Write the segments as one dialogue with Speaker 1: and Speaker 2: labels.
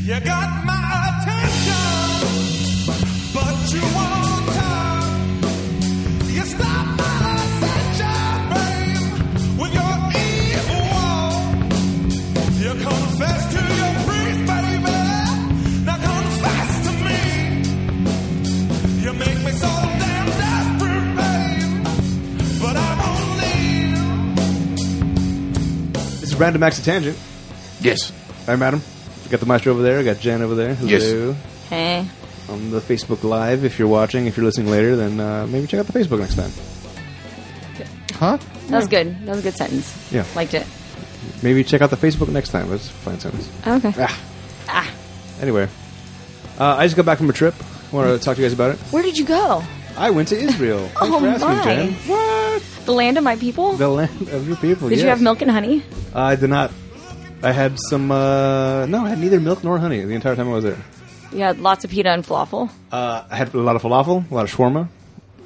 Speaker 1: You got my attention, but you won't talk. You stop my ascension, babe, with your evil walk. You confess to your priest, baby. Now confess to me. You make me so damn desperate, babe, but I won't leave.
Speaker 2: This is Random Acts of Tangent.
Speaker 3: Yes.
Speaker 2: I'm Adam. We got the maestro over there. We got Jen over there.
Speaker 3: Yes.
Speaker 2: Hello.
Speaker 4: Hey.
Speaker 2: On the Facebook Live, if you're watching, if you're listening later, then uh, maybe check out the Facebook next time.
Speaker 3: Huh?
Speaker 4: That was good. That was a good sentence.
Speaker 2: Yeah.
Speaker 4: Liked it.
Speaker 2: Maybe check out the Facebook next time. That's a fine sentence.
Speaker 4: Okay.
Speaker 2: Ah. Anyway, uh, I just got back from a trip. I want to talk to you guys about it.
Speaker 4: Where did you go?
Speaker 2: I went to Israel. Thanks
Speaker 4: Oh,
Speaker 2: for asking,
Speaker 4: my.
Speaker 2: Jen. What?
Speaker 4: The land of my people?
Speaker 2: The land of your people.
Speaker 4: did you
Speaker 2: yes.
Speaker 4: have milk and honey?
Speaker 2: I did not. I had some. Uh, no, I had neither milk nor honey the entire time I was there.
Speaker 4: You had lots of pita and falafel.
Speaker 2: Uh, I had a lot of falafel, a lot of shawarma,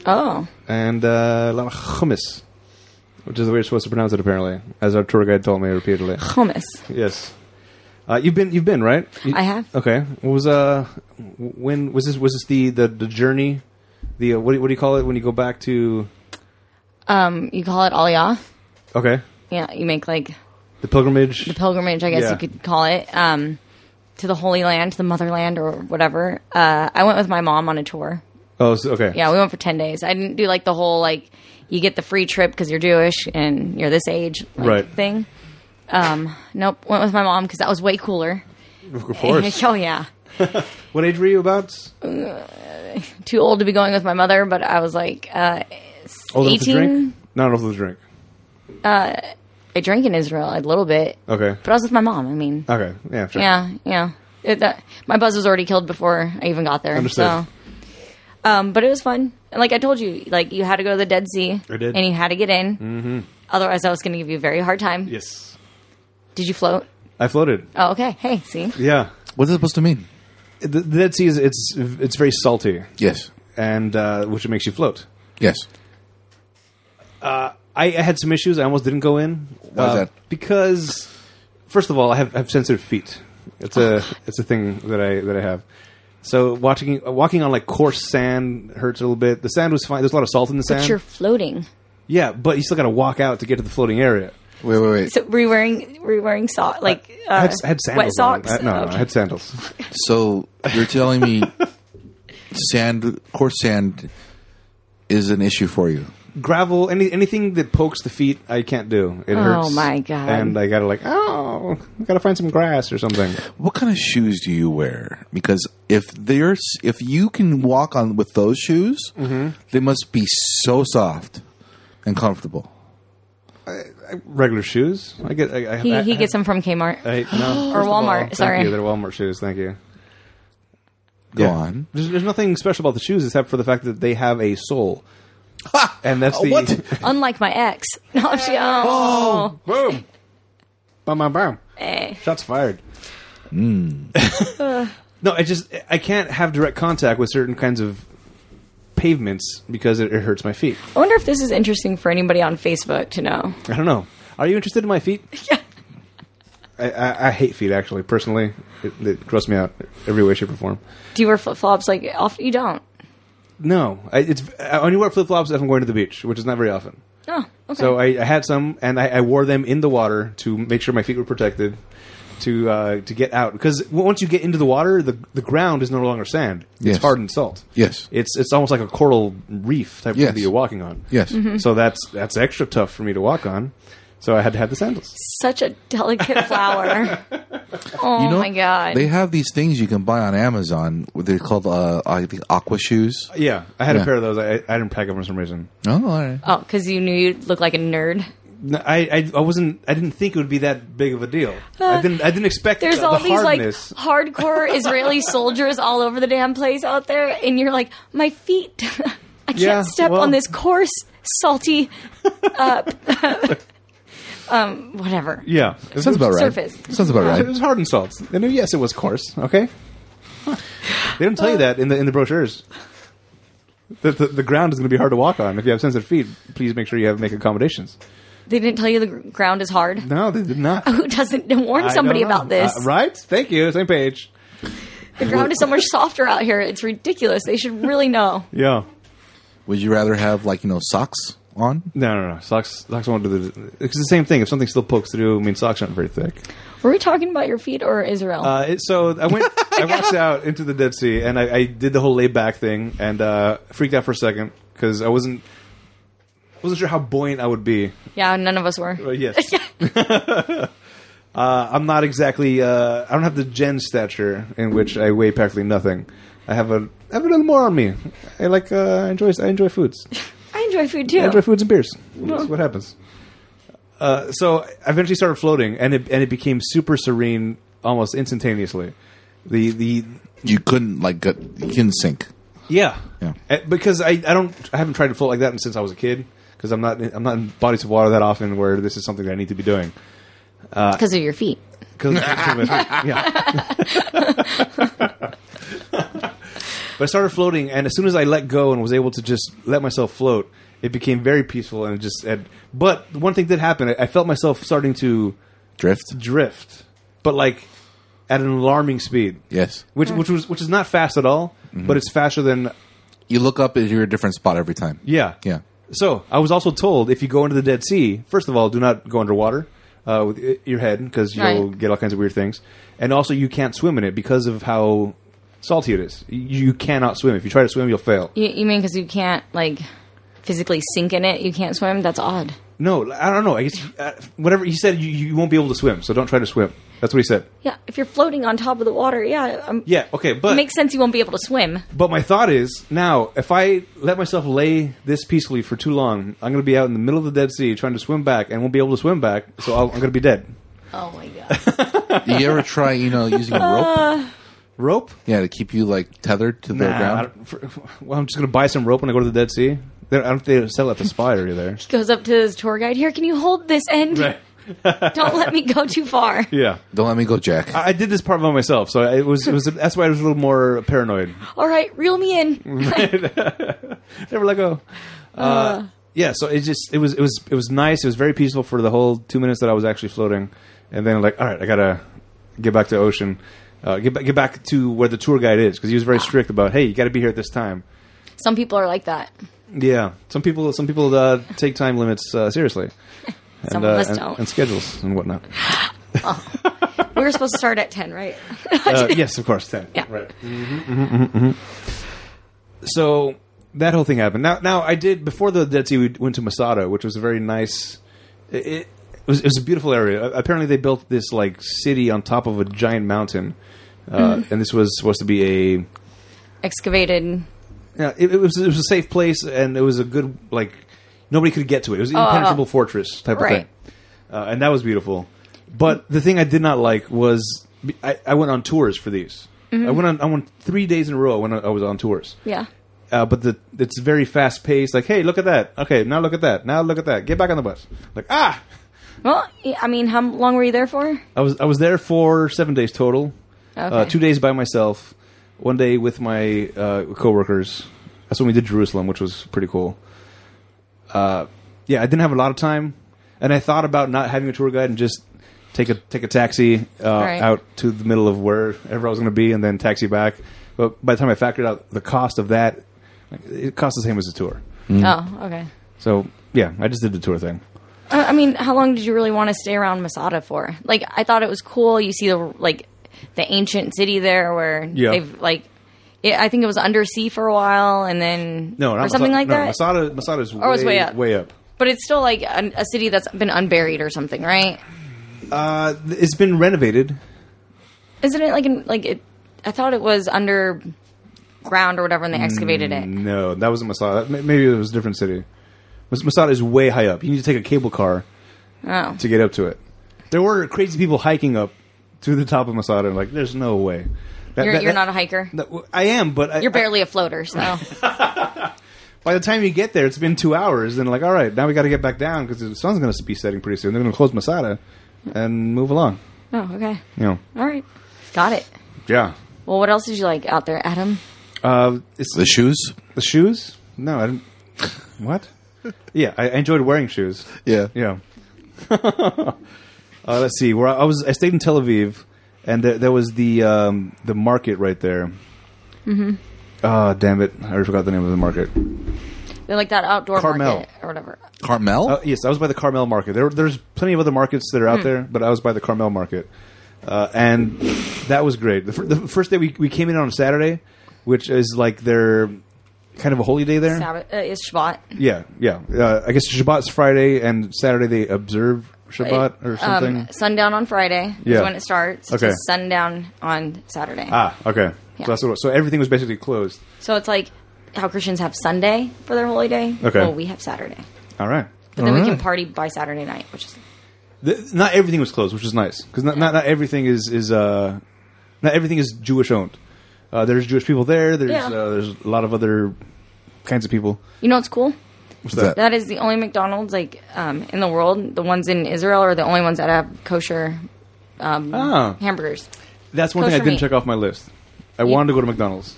Speaker 4: Oh.
Speaker 2: and uh, a lot of hummus, which is the way you're supposed to pronounce it, apparently, as our tour guide told me repeatedly.
Speaker 4: Hummus.
Speaker 2: yes. Uh, you've been, you've been, right? You-
Speaker 4: I have.
Speaker 2: Okay. What was uh, w- when was this? Was this the the, the journey? The uh, what, do you- what do you call it when you go back to?
Speaker 4: Um, you call it aliyah.
Speaker 2: Okay,
Speaker 4: Yeah, you make like
Speaker 2: the pilgrimage.
Speaker 4: the pilgrimage, I guess
Speaker 2: Yeah.
Speaker 4: you could call it, um, to the Holy Land, to the motherland, or whatever. Uh, I went with my mom on a tour.
Speaker 2: oh, so, okay.
Speaker 4: Yeah, we went for 10 days. I didn't do like the whole like you get the free trip because you're Jewish and you're this age like,
Speaker 2: Right.
Speaker 4: thing. Um, nope, went with my mom because that was way cooler.
Speaker 2: Of course.
Speaker 4: oh yeah,
Speaker 2: what age were you about?
Speaker 4: too old to be going with my mother, but I was like, uh,
Speaker 2: Old enough to
Speaker 4: 18?
Speaker 2: drink? Not old enough to drink.
Speaker 4: I drink in Israel a little bit,
Speaker 2: Okay.
Speaker 4: but I was with my mom. I mean,
Speaker 2: Okay. Yeah. Sure.
Speaker 4: yeah, yeah. It, that, my buzz was already killed before I even got there.
Speaker 2: Understood.
Speaker 4: So, um, but it was fun. And like I told you, like you had to go to the Dead Sea,
Speaker 2: I did.
Speaker 4: and you had to get in. Mm-hmm. Otherwise, I was going to give you a very hard time.
Speaker 2: Yes.
Speaker 4: Did you float?
Speaker 2: I floated.
Speaker 4: Oh, okay. Hey, see,
Speaker 2: Yeah.
Speaker 3: What's that supposed to mean?
Speaker 2: The, the Dead Sea is it's it's very salty,
Speaker 3: Yes.
Speaker 2: and uh, which makes you float.
Speaker 3: Yes.
Speaker 2: I, I had some issues. I almost didn't go in. Uh,
Speaker 3: Why is that?
Speaker 2: Because first of all, I have, I have sensitive feet. It's a it's a thing that I that I have. So watching walking on like coarse sand hurts a little bit. The sand was fine. There's a lot of salt in the
Speaker 4: but
Speaker 2: sand.
Speaker 4: you're floating.
Speaker 2: yeah, but you still got to walk out to get to the floating area.
Speaker 3: Wait, wait, wait. So,
Speaker 4: So were you wearing were you wearing so- like uh,
Speaker 2: I had, I had sandals.
Speaker 4: wet
Speaker 2: on.
Speaker 4: socks?
Speaker 2: I- no, no,
Speaker 4: Okay.
Speaker 2: I had sandals.
Speaker 3: you're telling me sand, coarse sand, is an issue for you?
Speaker 2: Gravel, any anything that pokes the feet, I can't do. It
Speaker 4: Oh,
Speaker 2: hurts.
Speaker 4: my God.
Speaker 2: And I gotta like, oh, I gotta find some grass or something.
Speaker 3: What kind of shoes do you wear? Because if there's, if you can walk on with those shoes, they must be so soft and comfortable.
Speaker 2: Regular shoes. I get. I, I,
Speaker 4: he,
Speaker 2: I,
Speaker 4: he
Speaker 2: I,
Speaker 4: gets them from Kmart.
Speaker 2: I, no, first of all,
Speaker 4: Walmart,
Speaker 2: thank
Speaker 4: sorry.
Speaker 2: you, they're Walmart shoes. Thank you.
Speaker 3: Go
Speaker 2: Yeah.
Speaker 3: on.
Speaker 2: There's, there's nothing special about the shoes except for the fact that they have a sole. And that's the
Speaker 3: What?
Speaker 4: Unlike my ex, no, she, oh,
Speaker 2: boom, bam, bam, bam.
Speaker 4: Eh.
Speaker 2: Shots fired. Mm. no, I just I can't have direct contact with certain kinds of pavements because it, it hurts my feet.
Speaker 4: I wonder if this is interesting for anybody on Facebook to know.
Speaker 2: I don't know. Are you interested in my feet? I, I, I hate feet actually. Personally, it, it grosses me out every way, shape, or form.
Speaker 4: Do you wear flip flops? Like off, you don't.
Speaker 2: No, I, it's I only wear flip flops if I'm going to the beach, which is not very often.
Speaker 4: Oh, okay.
Speaker 2: So uh, I, I had some, and I, I wore them in the water to make sure my feet were protected, to uh, to get out. Because w- once you get into the water, the the ground is no longer sand;
Speaker 3: Yes.
Speaker 2: it's hardened salt.
Speaker 3: Yes.
Speaker 2: it's it's almost like a coral reef type
Speaker 3: Yes.
Speaker 2: thing that you're walking on.
Speaker 3: Yes.
Speaker 4: Mm-hmm.
Speaker 2: so that's that's extra tough for me to walk on. So I had to have the sandals.
Speaker 4: such a delicate flower. oh
Speaker 3: You know,
Speaker 4: my god!
Speaker 3: They have these things you can buy on Amazon. They're called, uh, I think, aqua shoes.
Speaker 2: Yeah, I had
Speaker 3: Yeah.
Speaker 2: a pair of those. I, I didn't pack them for some reason.
Speaker 3: Oh, all right.
Speaker 4: oh, because you knew you'd look like a nerd.
Speaker 2: No, I, I I wasn't. I didn't think it would be that big of a deal. I didn't. I didn't expect
Speaker 4: Uh, There's
Speaker 2: the,
Speaker 4: all
Speaker 2: the
Speaker 4: these
Speaker 2: hardness.
Speaker 4: like hardcore Israeli soldiers all over the damn place out there, and you're like, my feet. I can't
Speaker 2: Yeah,
Speaker 4: step
Speaker 2: well-
Speaker 4: on this coarse, salty, uh, um, whatever
Speaker 2: yeah,
Speaker 3: Sounds about right.
Speaker 4: surface.
Speaker 3: Sounds about
Speaker 2: It
Speaker 3: right.
Speaker 2: was hardened salts. They knew, yes, it was coarse. Okay. they don't tell you that in the in the brochures. That the, the ground is going to be hard to walk on. If you have sensitive feet, please make sure you have make accommodations.
Speaker 4: They didn't tell you the gr- ground is hard.
Speaker 2: No, they did not.
Speaker 4: Who doesn't warn
Speaker 2: I
Speaker 4: somebody
Speaker 2: don't know.
Speaker 4: about this?
Speaker 2: Uh, right? Thank you. Same page.
Speaker 4: The ground is so much softer out here. It's ridiculous. They should really know.
Speaker 2: Yeah.
Speaker 3: Would you rather have like you know socks on?
Speaker 2: No, no, no. Socks, socks won't do the. It's the same thing. If something still pokes through, I mean, socks aren't very thick.
Speaker 4: Were we talking about your feet or Israel?
Speaker 2: Uh, it, so I went, I walked out into the Dead Sea, and I, I did the whole layback thing, and uh, freaked out for a second because I wasn't, wasn't sure how buoyant I would be.
Speaker 4: yeah, none of us were.
Speaker 2: But yes, uh, I'm not exactly. Uh, I don't have the gen stature in which I weigh practically nothing. I have a I have a little more on me. I like. Uh, I enjoy. I enjoy foods.
Speaker 4: I enjoy food too.
Speaker 2: I enjoy foods and beers. That's what happens. Uh, so I eventually started floating, and it and it became super serene almost instantaneously. The the
Speaker 3: You couldn't like get, you couldn't sink.
Speaker 2: yeah
Speaker 3: Yeah.
Speaker 2: Uh, because I, I don't I haven't tried to float like that since I was a kid because I'm not I'm not in bodies of water that often where this is something that I need to be doing.
Speaker 4: because of your feet.
Speaker 2: 'Cause- yeah. but I started floating, and as soon as I let go and was able to just let myself float, it became very peaceful and it just. And, but one thing did happen. I, I felt myself starting to
Speaker 3: Drift.
Speaker 2: drift, but like at an alarming speed.
Speaker 3: Yes.
Speaker 2: Which which was which is not fast at all, but it's faster than
Speaker 3: You look up and you're a different spot every time.
Speaker 2: yeah
Speaker 3: Yeah.
Speaker 2: So I was also told if you go into the Dead Sea, first of all, do not go underwater uh, with i- your head because you'll
Speaker 4: Right.
Speaker 2: get all kinds of weird things, and also you can't swim in it because of how salty it is. You, you cannot swim. If you try to swim, you'll fail.
Speaker 4: You, you mean because you can't like physically sink in it? You can't swim. That's odd.
Speaker 2: No, I don't know. I guess uh, whatever he said, you, you won't be able to swim, so don't try to swim. That's what he said.
Speaker 4: Yeah, if you're floating on top of the water, yeah, um,
Speaker 2: Yeah. Okay. But
Speaker 4: it makes sense. You won't be able to swim.
Speaker 2: But my thought is now, if I let myself lay this peacefully for too long, I'm going to be out in the middle of the Dead Sea trying to swim back and won't be able to swim back, so I'll, I'm going to be dead.
Speaker 4: Oh my god.
Speaker 3: Do you ever try you know using a rope?
Speaker 2: Rope?
Speaker 3: Yeah, to keep you like tethered to the
Speaker 2: Nah, I
Speaker 3: ground.
Speaker 2: don't- for- well, I'm just going to buy some rope when I go to the Dead Sea. They don't, I don't think they sell it at the spy area there.
Speaker 4: goes up to his tour guide. Here, can you hold this end? Don't let me go too far.
Speaker 2: Yeah.
Speaker 3: Don't let me go, Jack.
Speaker 2: I I did this part by myself, so it was, it was that's why I was a little more paranoid.
Speaker 4: All right, reel me
Speaker 2: Mm.
Speaker 4: in.
Speaker 2: Never let go. Uh, yeah, so it just it was it was it was nice. It was very peaceful for the whole two minutes that I was actually floating, and then like all right, I gotta get back to ocean, uh, get back, get back to where the tour guide is because he was very strict about hey, you got to be here at this time.
Speaker 4: Some people are like that.
Speaker 2: Yeah, some people some people uh, take time limits uh, seriously. And, uh,
Speaker 4: Some of us
Speaker 2: and-
Speaker 4: don't.
Speaker 2: and schedules and whatnot.
Speaker 4: We were supposed to start at ten, right?
Speaker 2: Uh, yes, of course, ten.
Speaker 4: Yeah.
Speaker 2: Right. Mm-hmm, So that whole thing happened. Now, now I did before the Dead Sea. We went to Masada, which was a very nice. It, it, was, it was a beautiful area. Uh, Apparently, they built this like city on top of a giant mountain, uh, and this was supposed to be a.
Speaker 4: Excavated.
Speaker 2: Yeah, it, it was it was a safe place, and it was a good like nobody could get to it. It was an impenetrable fortress type of
Speaker 4: Right.
Speaker 2: thing, uh, and that was beautiful. But the thing I did not like was I, I went on tours for these. I went on I went three days in a row when I, I was on tours.
Speaker 4: Yeah.
Speaker 2: Uh, but the it's very fast paced. Like, hey, look at that. Okay, now look at that. Now look at that. Get back on the bus. Like, ah,
Speaker 4: Well, y- I mean, how m- long were you there for?
Speaker 2: I was I was there for seven days total. Uh,
Speaker 4: Okay.
Speaker 2: two days by myself, one day with my uh, coworkers. That's when we did Jerusalem, which was pretty cool. Uh, yeah, I didn't have a lot of time, and I thought about not having a tour guide and just take a take a taxi uh,
Speaker 4: Right.
Speaker 2: out to the middle of wherever I was going to be, and then taxi back. But by the time I factored out the cost of that, like, it cost the same as a tour.
Speaker 4: Oh, okay.
Speaker 2: So yeah, I just did the tour thing.
Speaker 4: Uh, I mean, how long did you really want to stay around Masada for? Like, I thought it was cool. You see the like the ancient city there, where
Speaker 2: Yeah.
Speaker 4: they've like, it, I think it was undersea for a while, and then
Speaker 2: No, not
Speaker 4: or something
Speaker 2: Masada-
Speaker 4: like
Speaker 2: no,
Speaker 4: that.
Speaker 2: Masada, Masada's
Speaker 4: Or it was way up.
Speaker 2: Way up.
Speaker 4: But it's still like an, a city that's been unburied or something, right?
Speaker 2: Uh, it's been renovated.
Speaker 4: Isn't it like an, like it? I thought it was underground or whatever, and they excavated it.
Speaker 2: No, that wasn't Masada. That- m- Maybe it was a different city. Mas- Masada is way high up. You need to take a cable car
Speaker 4: Oh,
Speaker 2: to get up to it. There were crazy people hiking up to the top of Masada. and Like, there's no way. That-
Speaker 4: you're,
Speaker 2: that-
Speaker 4: you're
Speaker 2: that-
Speaker 4: not a hiker.
Speaker 2: that- w- I am, but I,
Speaker 4: You're barely a floater, so
Speaker 2: I- by the time you get there, it's been two hours, and like, all right, now we got to get back down because the sun's going to be setting pretty soon. They're going to close Masada and move along.
Speaker 4: oh, okay,
Speaker 2: You know,
Speaker 4: all right, got it.
Speaker 2: yeah.
Speaker 4: Well, what else did you like out there, Adam?
Speaker 2: Uh, it's
Speaker 3: The shoes.
Speaker 2: the shoes. No, I didn't. What? Yeah, I, I enjoyed wearing shoes.
Speaker 3: Yeah.
Speaker 2: Yeah. uh, let's see. Where I, I was, I stayed in Tel Aviv, and there, there was the um, the market right there. Mm-hmm. Oh, damn it! I already forgot the name of the market.
Speaker 4: They're like that outdoor
Speaker 2: Carmel.
Speaker 4: market or whatever.
Speaker 3: Carmel?
Speaker 2: Uh, yes, I was by the Carmel Market. There, there's plenty of other markets that are out there, but I was by the Carmel Market, uh, and that was great. The, fir- the first day we, we came in on a Saturday, which is like their kind of a holy day there.
Speaker 4: Sabbath, uh, it's Shabbat.
Speaker 2: Yeah, yeah. Uh, I guess Shabbat's Friday and Saturday they observe Shabbat or
Speaker 4: Um,
Speaker 2: something.
Speaker 4: sundown on Friday
Speaker 2: Yeah.
Speaker 4: is when it starts.
Speaker 2: Okay.
Speaker 4: To sundown on Saturday.
Speaker 2: ah, okay.
Speaker 4: Yeah.
Speaker 2: So that's what. It was. So everything was basically closed.
Speaker 4: So it's like how Christians have Sunday for their holy day.
Speaker 2: Okay.
Speaker 4: Well, we have Saturday.
Speaker 2: All right.
Speaker 4: But then we can
Speaker 3: Alright.
Speaker 4: party by Saturday night, which is
Speaker 2: The, not everything was closed, which is nice because not, not not everything is is uh, not everything is Jewish owned. Uh, there's Jewish people there. There's
Speaker 4: Yeah.
Speaker 2: uh, there's a lot of other kinds of people.
Speaker 4: you know what's cool?
Speaker 2: What's
Speaker 3: that?
Speaker 4: That is the only McDonald's like um, in the world. The ones in Israel are the only ones that have kosher um,
Speaker 2: Ah.
Speaker 4: hamburgers.
Speaker 2: That's one thing I
Speaker 4: Kosher
Speaker 2: didn't
Speaker 4: meat.
Speaker 2: check off my list. I wanted to go to McDonald's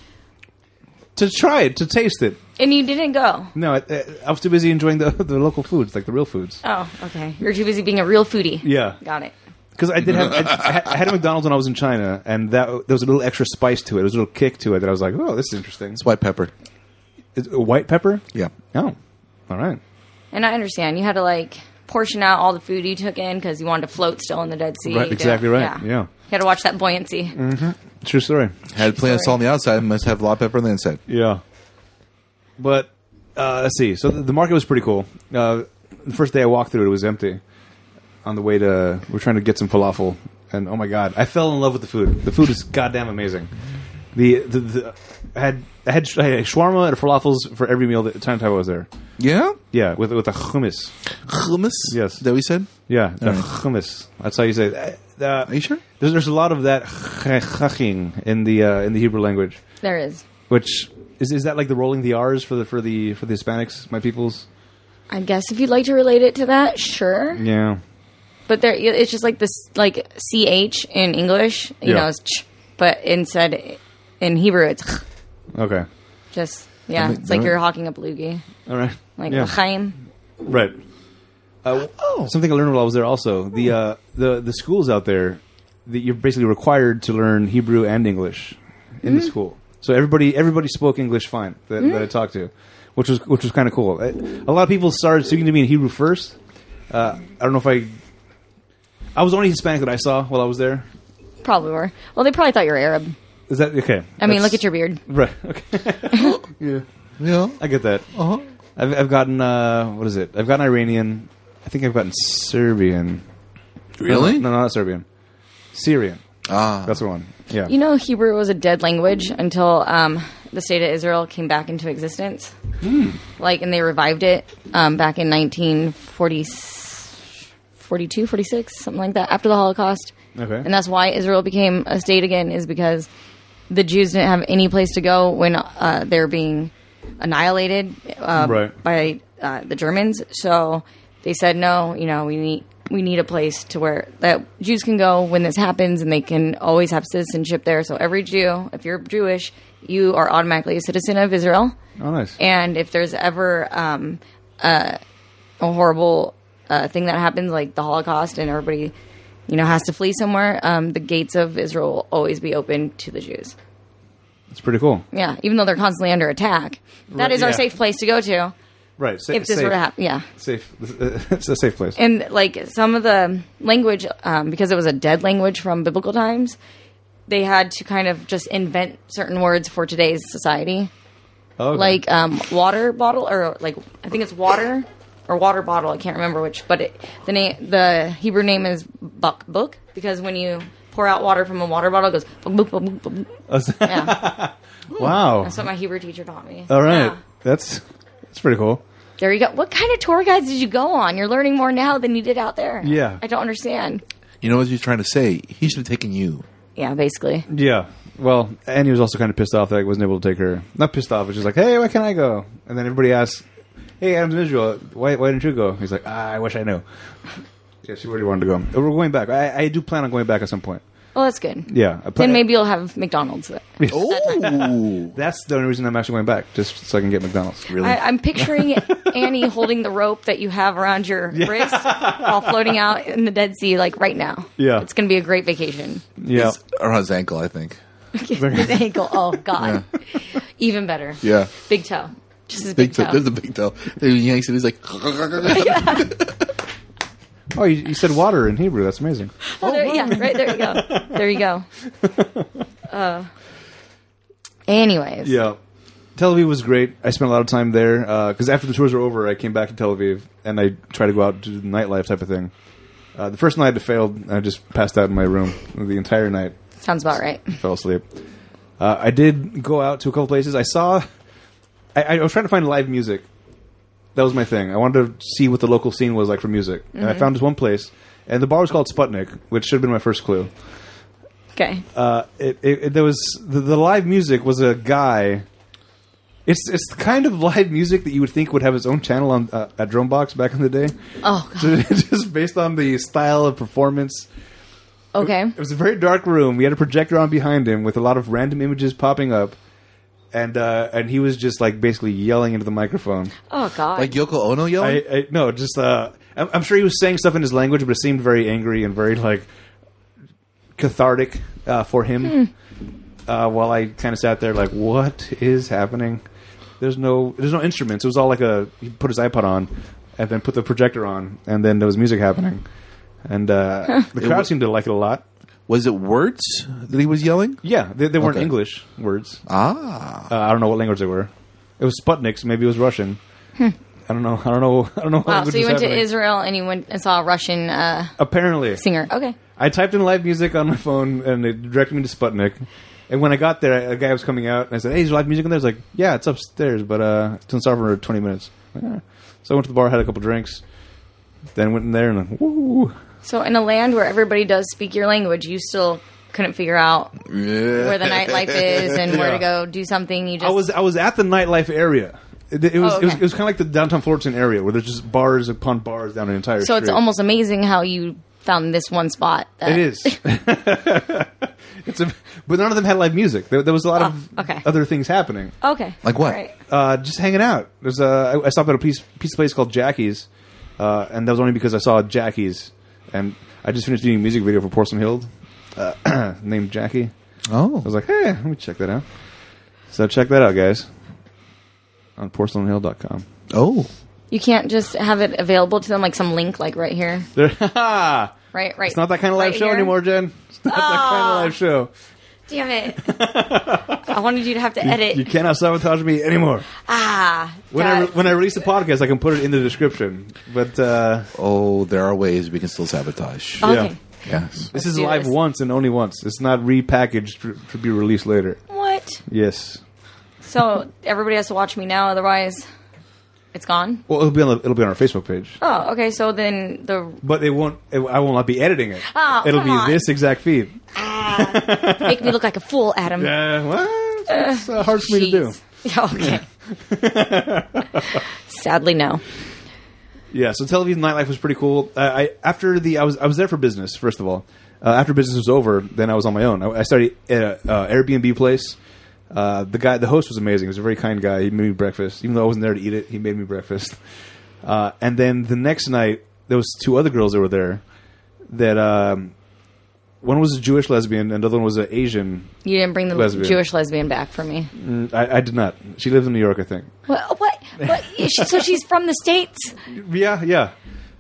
Speaker 2: to try it, to taste it.
Speaker 4: And you didn't go.
Speaker 2: No, I, I was too busy enjoying the the local foods, like the real foods.
Speaker 4: Oh, okay. You're too busy being a real foodie.
Speaker 2: Yeah.
Speaker 4: Got it.
Speaker 2: Because I did have I, I had- I had a McDonald's when I was in China, and that there was a little extra spice to it. There was a little kick to it that I was like, "Oh, this is interesting."
Speaker 3: It's white pepper.
Speaker 2: It's white pepper.
Speaker 3: Yeah.
Speaker 2: Oh, all right.
Speaker 4: And I understand you had to like portion out all the food you took in because you wanted to float still in the Dead Sea.
Speaker 2: Right,
Speaker 4: You
Speaker 2: exactly right. Yeah. Mm-hmm.
Speaker 4: You had to watch that buoyancy.
Speaker 2: True story.
Speaker 3: Had plain
Speaker 4: Sorry.
Speaker 3: salt on the outside, must have a lot of pepper on the inside.
Speaker 2: Yeah. But uh, let's see. So the, the market was pretty cool. Uh, the first day I walked through it, it was empty. On the way to, we're trying to get some falafel, and oh my god, I fell in love with the food. The food is goddamn amazing. The the, the I had I had sh- I had shawarma and falafels for every meal the time I was there.
Speaker 3: Yeah?
Speaker 2: Yeah, with with a hummus.
Speaker 3: Hummus?
Speaker 2: Yes.
Speaker 3: That we said?
Speaker 2: Yeah, the
Speaker 3: All right.
Speaker 2: hummus. That's how you say. It. Uh, uh,
Speaker 3: Are you sure?
Speaker 2: There's, there's a lot of that chachin in the uh, in the Hebrew language,
Speaker 4: There is.
Speaker 2: which is is that like the rolling the R's for the for the for the Hispanics, my peoples.
Speaker 4: I guess if you'd like to relate it to that, sure.
Speaker 2: Yeah,
Speaker 4: But there, it's just like this, like ch in English, you
Speaker 2: Yeah.
Speaker 4: know, it's ch, but instead in Hebrew it's ch,
Speaker 2: Okay.
Speaker 4: just yeah,
Speaker 3: Let me-
Speaker 4: it's like
Speaker 3: let me-
Speaker 4: you're hawking a loogie,
Speaker 2: All right.
Speaker 4: like
Speaker 2: uh-huh. yeah.
Speaker 4: l'chaim.
Speaker 2: right. Uh, oh, something I learned while I was there. Also, the uh, the the schools out there, that you're basically required to learn Hebrew and English in
Speaker 4: Mm-hmm.
Speaker 2: the school. So everybody everybody spoke English fine that, that I talked to, which was which was kind of cool. I, a lot of people started speaking to me in Hebrew first. Uh, I don't know if I. I was the only Hispanic that I saw while I was there.
Speaker 4: Probably were. Well, they probably thought you were Arab.
Speaker 2: Is that okay?
Speaker 4: I mean, look at your beard.
Speaker 2: right. Okay,
Speaker 3: Yeah.
Speaker 2: I get that.
Speaker 3: Uh-huh.
Speaker 2: I've, I've gotten uh, what is it? I've gotten Iranian. I think I've gotten Serbian.
Speaker 3: Really?
Speaker 2: No, no, not Serbian. Syrian.
Speaker 3: Ah.
Speaker 2: That's the one. Yeah.
Speaker 4: You know, Hebrew was a dead language until um, the state of Israel came back into existence.
Speaker 2: Hmm.
Speaker 4: Like, and they revived it um, back in 1940, 42, 46, something like that, after the Holocaust.
Speaker 2: Okay.
Speaker 4: And that's why Israel became a state again, is because the Jews didn't have any place to go when uh, they were being annihilated uh,
Speaker 2: Right.
Speaker 4: by uh, the Germans. So they said, no, you know, we need we need a place to where that Jews can go when this happens, and they can always have citizenship there. So every Jew, if you're Jewish, you are automatically a citizen of Israel.
Speaker 2: oh, nice.
Speaker 4: And if there's ever um, uh, a horrible uh, thing that happens, like the Holocaust, and everybody, you know, has to flee somewhere, um, the gates of Israel will always be open to the Jews.
Speaker 2: It's pretty cool.
Speaker 4: Yeah, even though they're constantly under attack, that
Speaker 2: Right,
Speaker 4: is our
Speaker 2: yeah.
Speaker 4: safe place to go to
Speaker 2: Right. Sa-
Speaker 4: if this
Speaker 2: safe.
Speaker 4: were to happen. Yeah.
Speaker 2: Safe. it's a safe place.
Speaker 4: and like some of the language um, because it was a dead language from biblical times they had to kind of just invent certain words for today's society
Speaker 2: Oh, okay.
Speaker 4: like um, water bottle or like i think it's water or water bottle i can't remember which but it, the name the hebrew name is buck book because when you pour out water from a water bottle it goes buk, buk, buk, buk, buk. yeah
Speaker 2: wow.
Speaker 4: that's what my hebrew teacher taught me
Speaker 2: All right.
Speaker 4: Yeah.
Speaker 2: That's that's pretty cool.
Speaker 4: there you go what kind of tour guides did you go on you're learning more now than you did out there
Speaker 2: Yeah.
Speaker 4: i don't understand
Speaker 3: You know what you're trying to say? He should have taken you.
Speaker 4: yeah basically
Speaker 2: Yeah. Well, and he was also kind of pissed off that I wasn't able to take her. Not pissed off, but she's like, "Hey, why can't I go?" And then everybody asks, "Hey, Adam's in Israel. Why why didn't you go?" He's like, ah, "I wish I knew." yeah, she really wanted to go. We're going back. I, I do plan on going back at some point.
Speaker 4: Well, that's good.
Speaker 2: Yeah, I pla-
Speaker 4: Then maybe you'll have McDonald's.
Speaker 3: Oh,
Speaker 2: that's the only reason I'm actually going back, just so I can get McDonald's.
Speaker 3: really?
Speaker 4: I, I'm picturing Annie holding the rope that you have around your wrist while floating out in the Dead Sea, like right now.
Speaker 2: Yeah.
Speaker 4: It's going to be a great vacation.
Speaker 2: Yeah,
Speaker 3: It's around his ankle, I think.
Speaker 4: His ankle. Oh, God. Even better.
Speaker 3: Yeah.
Speaker 4: Big toe. Just his big,
Speaker 3: Big toe. There's a big toe. He yanks it. He's like,
Speaker 2: Oh, you, you said water in Hebrew. That's amazing.
Speaker 4: Oh, there, yeah, right there you go. There you go. Uh, anyways,
Speaker 2: Yeah. Tel Aviv was great. I spent a lot of time there because after the tours were over, I came back to Tel Aviv and I tried to go out to do the nightlife type of thing. Uh, the first night I failed, and I just passed out in my room the entire night,
Speaker 4: sounds about right.
Speaker 2: fell asleep. Uh, I did go out to a couple places. I saw. I, I was trying to find live music. That was my thing. I wanted to see what the local scene was like for music, and I found this one place. And the bar was called Sputnik, which should have been my first clue
Speaker 4: Okay.
Speaker 2: uh, it, it, it- there was the, the live music was a guy. It's it's the kind of live music that you would think would have its own channel on uh, at Drumbox back in the day.
Speaker 4: Oh, God.
Speaker 2: So it's just based on the style of performance.
Speaker 4: Okay.
Speaker 2: It was a very dark room. We had a projector on behind him with a lot of random images popping up, and uh, and he was just like basically yelling into the microphone.
Speaker 4: Oh, God.
Speaker 3: like Yoko Ono yelling?
Speaker 2: I, I no, just uh, I'm, I'm sure he was saying stuff in his language, but it seemed very angry and very like cathartic uh, for him. Uh, while I kind of sat there, like, what is happening? There's no, there's no instruments. It was all like a. He put his iPod on, and then put the projector on, and then there was music happening, and uh, the crowd
Speaker 3: was-
Speaker 2: seemed to like it a lot.
Speaker 3: was it words that he was yelling?
Speaker 2: Yeah, they, they weren't
Speaker 3: Okay.
Speaker 2: English words.
Speaker 3: Ah.
Speaker 2: Uh, I don't know what language they were. It was Sputniks. Maybe it was Russian.
Speaker 3: Hmm.
Speaker 2: I don't know. I don't know. I don't know. what
Speaker 4: Wow.
Speaker 2: language
Speaker 4: So you
Speaker 2: was
Speaker 4: went to
Speaker 2: happening.
Speaker 4: Israel and you went and saw a Russian uh,
Speaker 2: Apparently,
Speaker 4: singer. Okay.
Speaker 2: I typed in live music on my phone, and it directed me to Sputnik. And when I got there, a guy was coming out, and I said, "Hey, is there live music in there?" He's like, "Yeah, it's upstairs, but uh, it's on start for twenty minutes." Like, "Ah." So I went to the bar, had a couple drinks, then went in there and like, woo.
Speaker 4: So in a land where everybody does speak your language, you still couldn't figure out where the nightlife is and where to go do something. You just
Speaker 2: I was I was at the nightlife area. It, it was,
Speaker 4: Oh,
Speaker 2: it was
Speaker 4: okay.
Speaker 2: it was kind of like the downtown Fullerton area where there's just bars upon bars down an entire.
Speaker 4: so it's
Speaker 2: street.
Speaker 4: almost amazing how you found this one spot. That,
Speaker 2: It is. it's a, but none of them had live music. There, there was a lot of
Speaker 4: Oh, okay.
Speaker 2: other things happening.
Speaker 4: Okay.
Speaker 3: Like what?
Speaker 4: Right.
Speaker 2: uh, just hanging out. There's a, I, I stopped at a piece, pizza place called Jackie's, uh, and that was only because I saw Jackie's, and I just finished doing a music video for Porcelain Hill, uh, named Jackie.
Speaker 3: Oh.
Speaker 2: I was like, hey, let me check that out. So check that out, guys, on porcelainhill.com.
Speaker 3: oh.
Speaker 4: You can't just have it available to them like some link like right here.
Speaker 2: There, ha!
Speaker 4: Right, right.
Speaker 2: it's not that kind of live
Speaker 4: right
Speaker 2: show
Speaker 4: here.
Speaker 2: anymore, Jen. It's not that kind of live show.
Speaker 4: Damn it. I wanted you to have to edit.
Speaker 2: You cannot sabotage me anymore.
Speaker 4: ah.
Speaker 2: When I,
Speaker 4: God.
Speaker 2: re- when I release the podcast, I can put it in the description. But uh,
Speaker 3: Oh, there are ways we can still sabotage.
Speaker 4: okay.
Speaker 3: Yes.
Speaker 2: This
Speaker 4: Let's
Speaker 2: is
Speaker 4: do
Speaker 2: live
Speaker 4: this.
Speaker 2: once and only once. It's not repackaged to, to be released later.
Speaker 4: What?
Speaker 2: Yes.
Speaker 4: So everybody has to watch me now, otherwise it's gone.
Speaker 2: Well, it'll be on the, it'll be on our Facebook page,
Speaker 4: Oh, okay. So then the
Speaker 2: but it won't. It, I will not be editing it.
Speaker 4: Oh,
Speaker 2: it'll
Speaker 4: come
Speaker 2: be
Speaker 4: on.
Speaker 2: this exact feed.
Speaker 4: make me look like a fool, Adam.
Speaker 2: Uh, well, it's uh, hard for me to do.
Speaker 4: Jeez. Yeah, okay. Sadly, no.
Speaker 2: Yeah. So Tel Aviv nightlife was pretty cool. Uh, I after the I was I was there for business first of all. Uh, after business was over, then I was on my own. I, I started at a uh, Airbnb place. Uh, the guy, the host was amazing. He was a very kind guy. He made me breakfast, even though I wasn't there to eat it. He made me breakfast. Uh, and then the next night, there was two other girls that were there. That um, one was a Jewish lesbian, and the other one was an Asian.
Speaker 4: You didn't bring the
Speaker 2: Lesbian.
Speaker 4: Jewish lesbian back for me.
Speaker 2: I, I did not. She lives in New York, I think.
Speaker 4: What? What? what is she, so she's from the states.
Speaker 2: Yeah, yeah.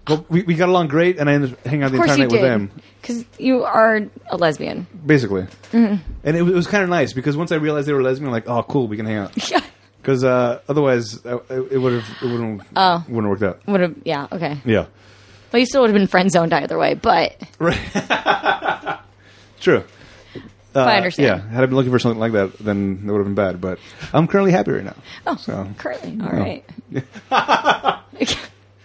Speaker 2: Well, we, we got along great, and I ended up hanging out the
Speaker 4: Of course
Speaker 2: entire
Speaker 4: you
Speaker 2: night with them.
Speaker 4: did, because you are a lesbian.
Speaker 2: basically. And it, was- it was kind of nice because once I realized they were lesbian, I'm like, oh, cool, we can hang out. Because uh, otherwise, uh, it would have it wouldn't
Speaker 4: Oh.
Speaker 2: wouldn't have worked out.
Speaker 4: would have, yeah, okay.
Speaker 2: Yeah,
Speaker 4: Well, you still would have been friend zoned either way, but
Speaker 2: true.
Speaker 4: but I
Speaker 2: Uh,
Speaker 4: understand.
Speaker 2: Yeah, had I been looking for something like that, then it would have been bad. But I'm currently happy right now.
Speaker 4: Oh,
Speaker 2: so
Speaker 4: currently, all right.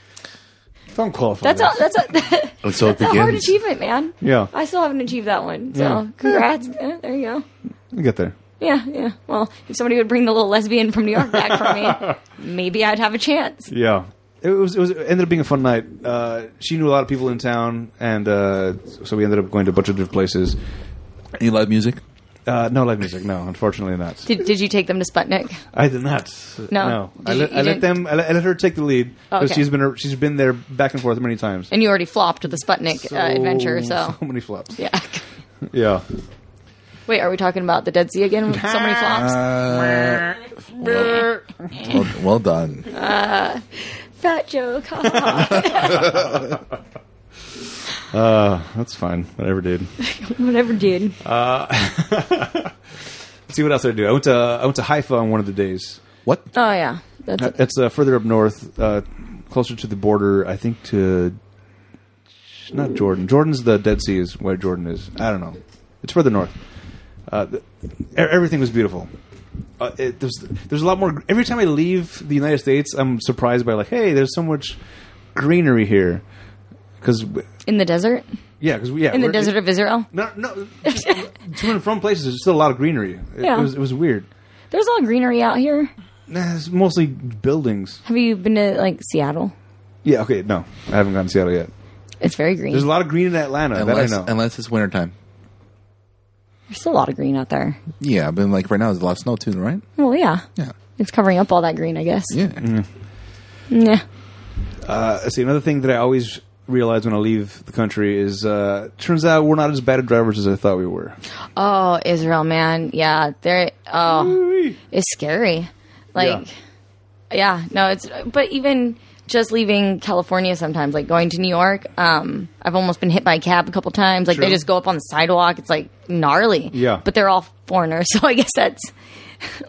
Speaker 2: don't qualify.
Speaker 4: That's
Speaker 2: that.
Speaker 4: all. That's a,
Speaker 3: And Oh, so it
Speaker 4: that's a hard
Speaker 3: begins.
Speaker 4: achievement, man.
Speaker 2: Yeah.
Speaker 4: I still haven't achieved that one. So
Speaker 2: Yeah.
Speaker 4: congrats. Yeah, there you go.
Speaker 2: We'll get there.
Speaker 4: Yeah, yeah. Well, if somebody would bring the little lesbian from New York back for me, maybe I'd have a chance.
Speaker 2: Yeah. It was. It was. It ended up being a fun night. Uh, she knew a lot of people in town, and uh, so we ended up going to a bunch of different places.
Speaker 3: You love music?
Speaker 2: Uh, no live music. No, unfortunately not.
Speaker 4: Did, did you take them to Sputnik?
Speaker 2: I did not.
Speaker 4: No.
Speaker 2: I,
Speaker 4: Did
Speaker 2: let,
Speaker 4: you-
Speaker 2: I
Speaker 4: you
Speaker 2: let
Speaker 4: didn't-
Speaker 2: them. I let, I let her take the lead because
Speaker 4: Okay.
Speaker 2: she's been she's been there back and forth many times.
Speaker 4: And you already flopped with the Sputnik
Speaker 2: So-
Speaker 4: uh, adventure, so
Speaker 2: many flops.
Speaker 4: yeah.
Speaker 2: Yeah.
Speaker 4: Wait, are we talking about the Dead Sea again? With so many flops.
Speaker 3: Uh, well, well, well done.
Speaker 4: Fat joke.
Speaker 2: That's fine. Whatever, dude.
Speaker 4: Whatever, dude.
Speaker 2: Let's see what else I do. I went to I went to Haifa on one of the days.
Speaker 3: What?
Speaker 4: Oh yeah, that's it.
Speaker 2: It's uh, further up north, uh, closer to the border. I think to not Jordan. Jordan's the Dead Sea is where Jordan is. I don't know. It's further north. Uh, the, e- everything was beautiful. Uh, it, there's there's a lot more. Every time I leave the United States, I'm surprised by like, hey, there's so much greenery here. Because
Speaker 4: in the desert,
Speaker 2: yeah, because yeah,
Speaker 4: in the
Speaker 2: we're-
Speaker 4: desert of Israel.
Speaker 2: No, no. to and from places, there's still a lot of greenery. It,
Speaker 4: Yeah.
Speaker 2: it was it was weird.
Speaker 4: There's a lot of greenery out here.
Speaker 2: Nah, it's mostly buildings.
Speaker 4: Have you been to like Seattle?
Speaker 2: Yeah. Okay. No, I haven't gone to Seattle yet.
Speaker 4: It's very green.
Speaker 2: There's
Speaker 4: There's,
Speaker 2: a lot of green in Atlanta.
Speaker 3: Unless, um,
Speaker 2: that I know.
Speaker 3: unless it's wintertime.
Speaker 4: still a lot of green out there.
Speaker 3: Yeah, but like right now, there's a lot of snow too, right?
Speaker 4: Well, yeah,
Speaker 3: Yeah.
Speaker 4: it's covering up all that green, I guess.
Speaker 3: Yeah.
Speaker 4: Yeah.
Speaker 2: Uh, see, another thing that I always realize when I leave the country is, uh, turns out we're not as bad at drivers as I thought we were.
Speaker 4: Oh, Israel, man. Yeah, there. Oh, it's scary. Like, yeah. no, it's. But even just leaving California, sometimes, like going to New York, um, I've almost been hit by a cab a couple times. Like
Speaker 2: True.
Speaker 4: they just go up on the sidewalk. It's like gnarly.
Speaker 2: Yeah.
Speaker 4: But they're all foreigners, so I guess that's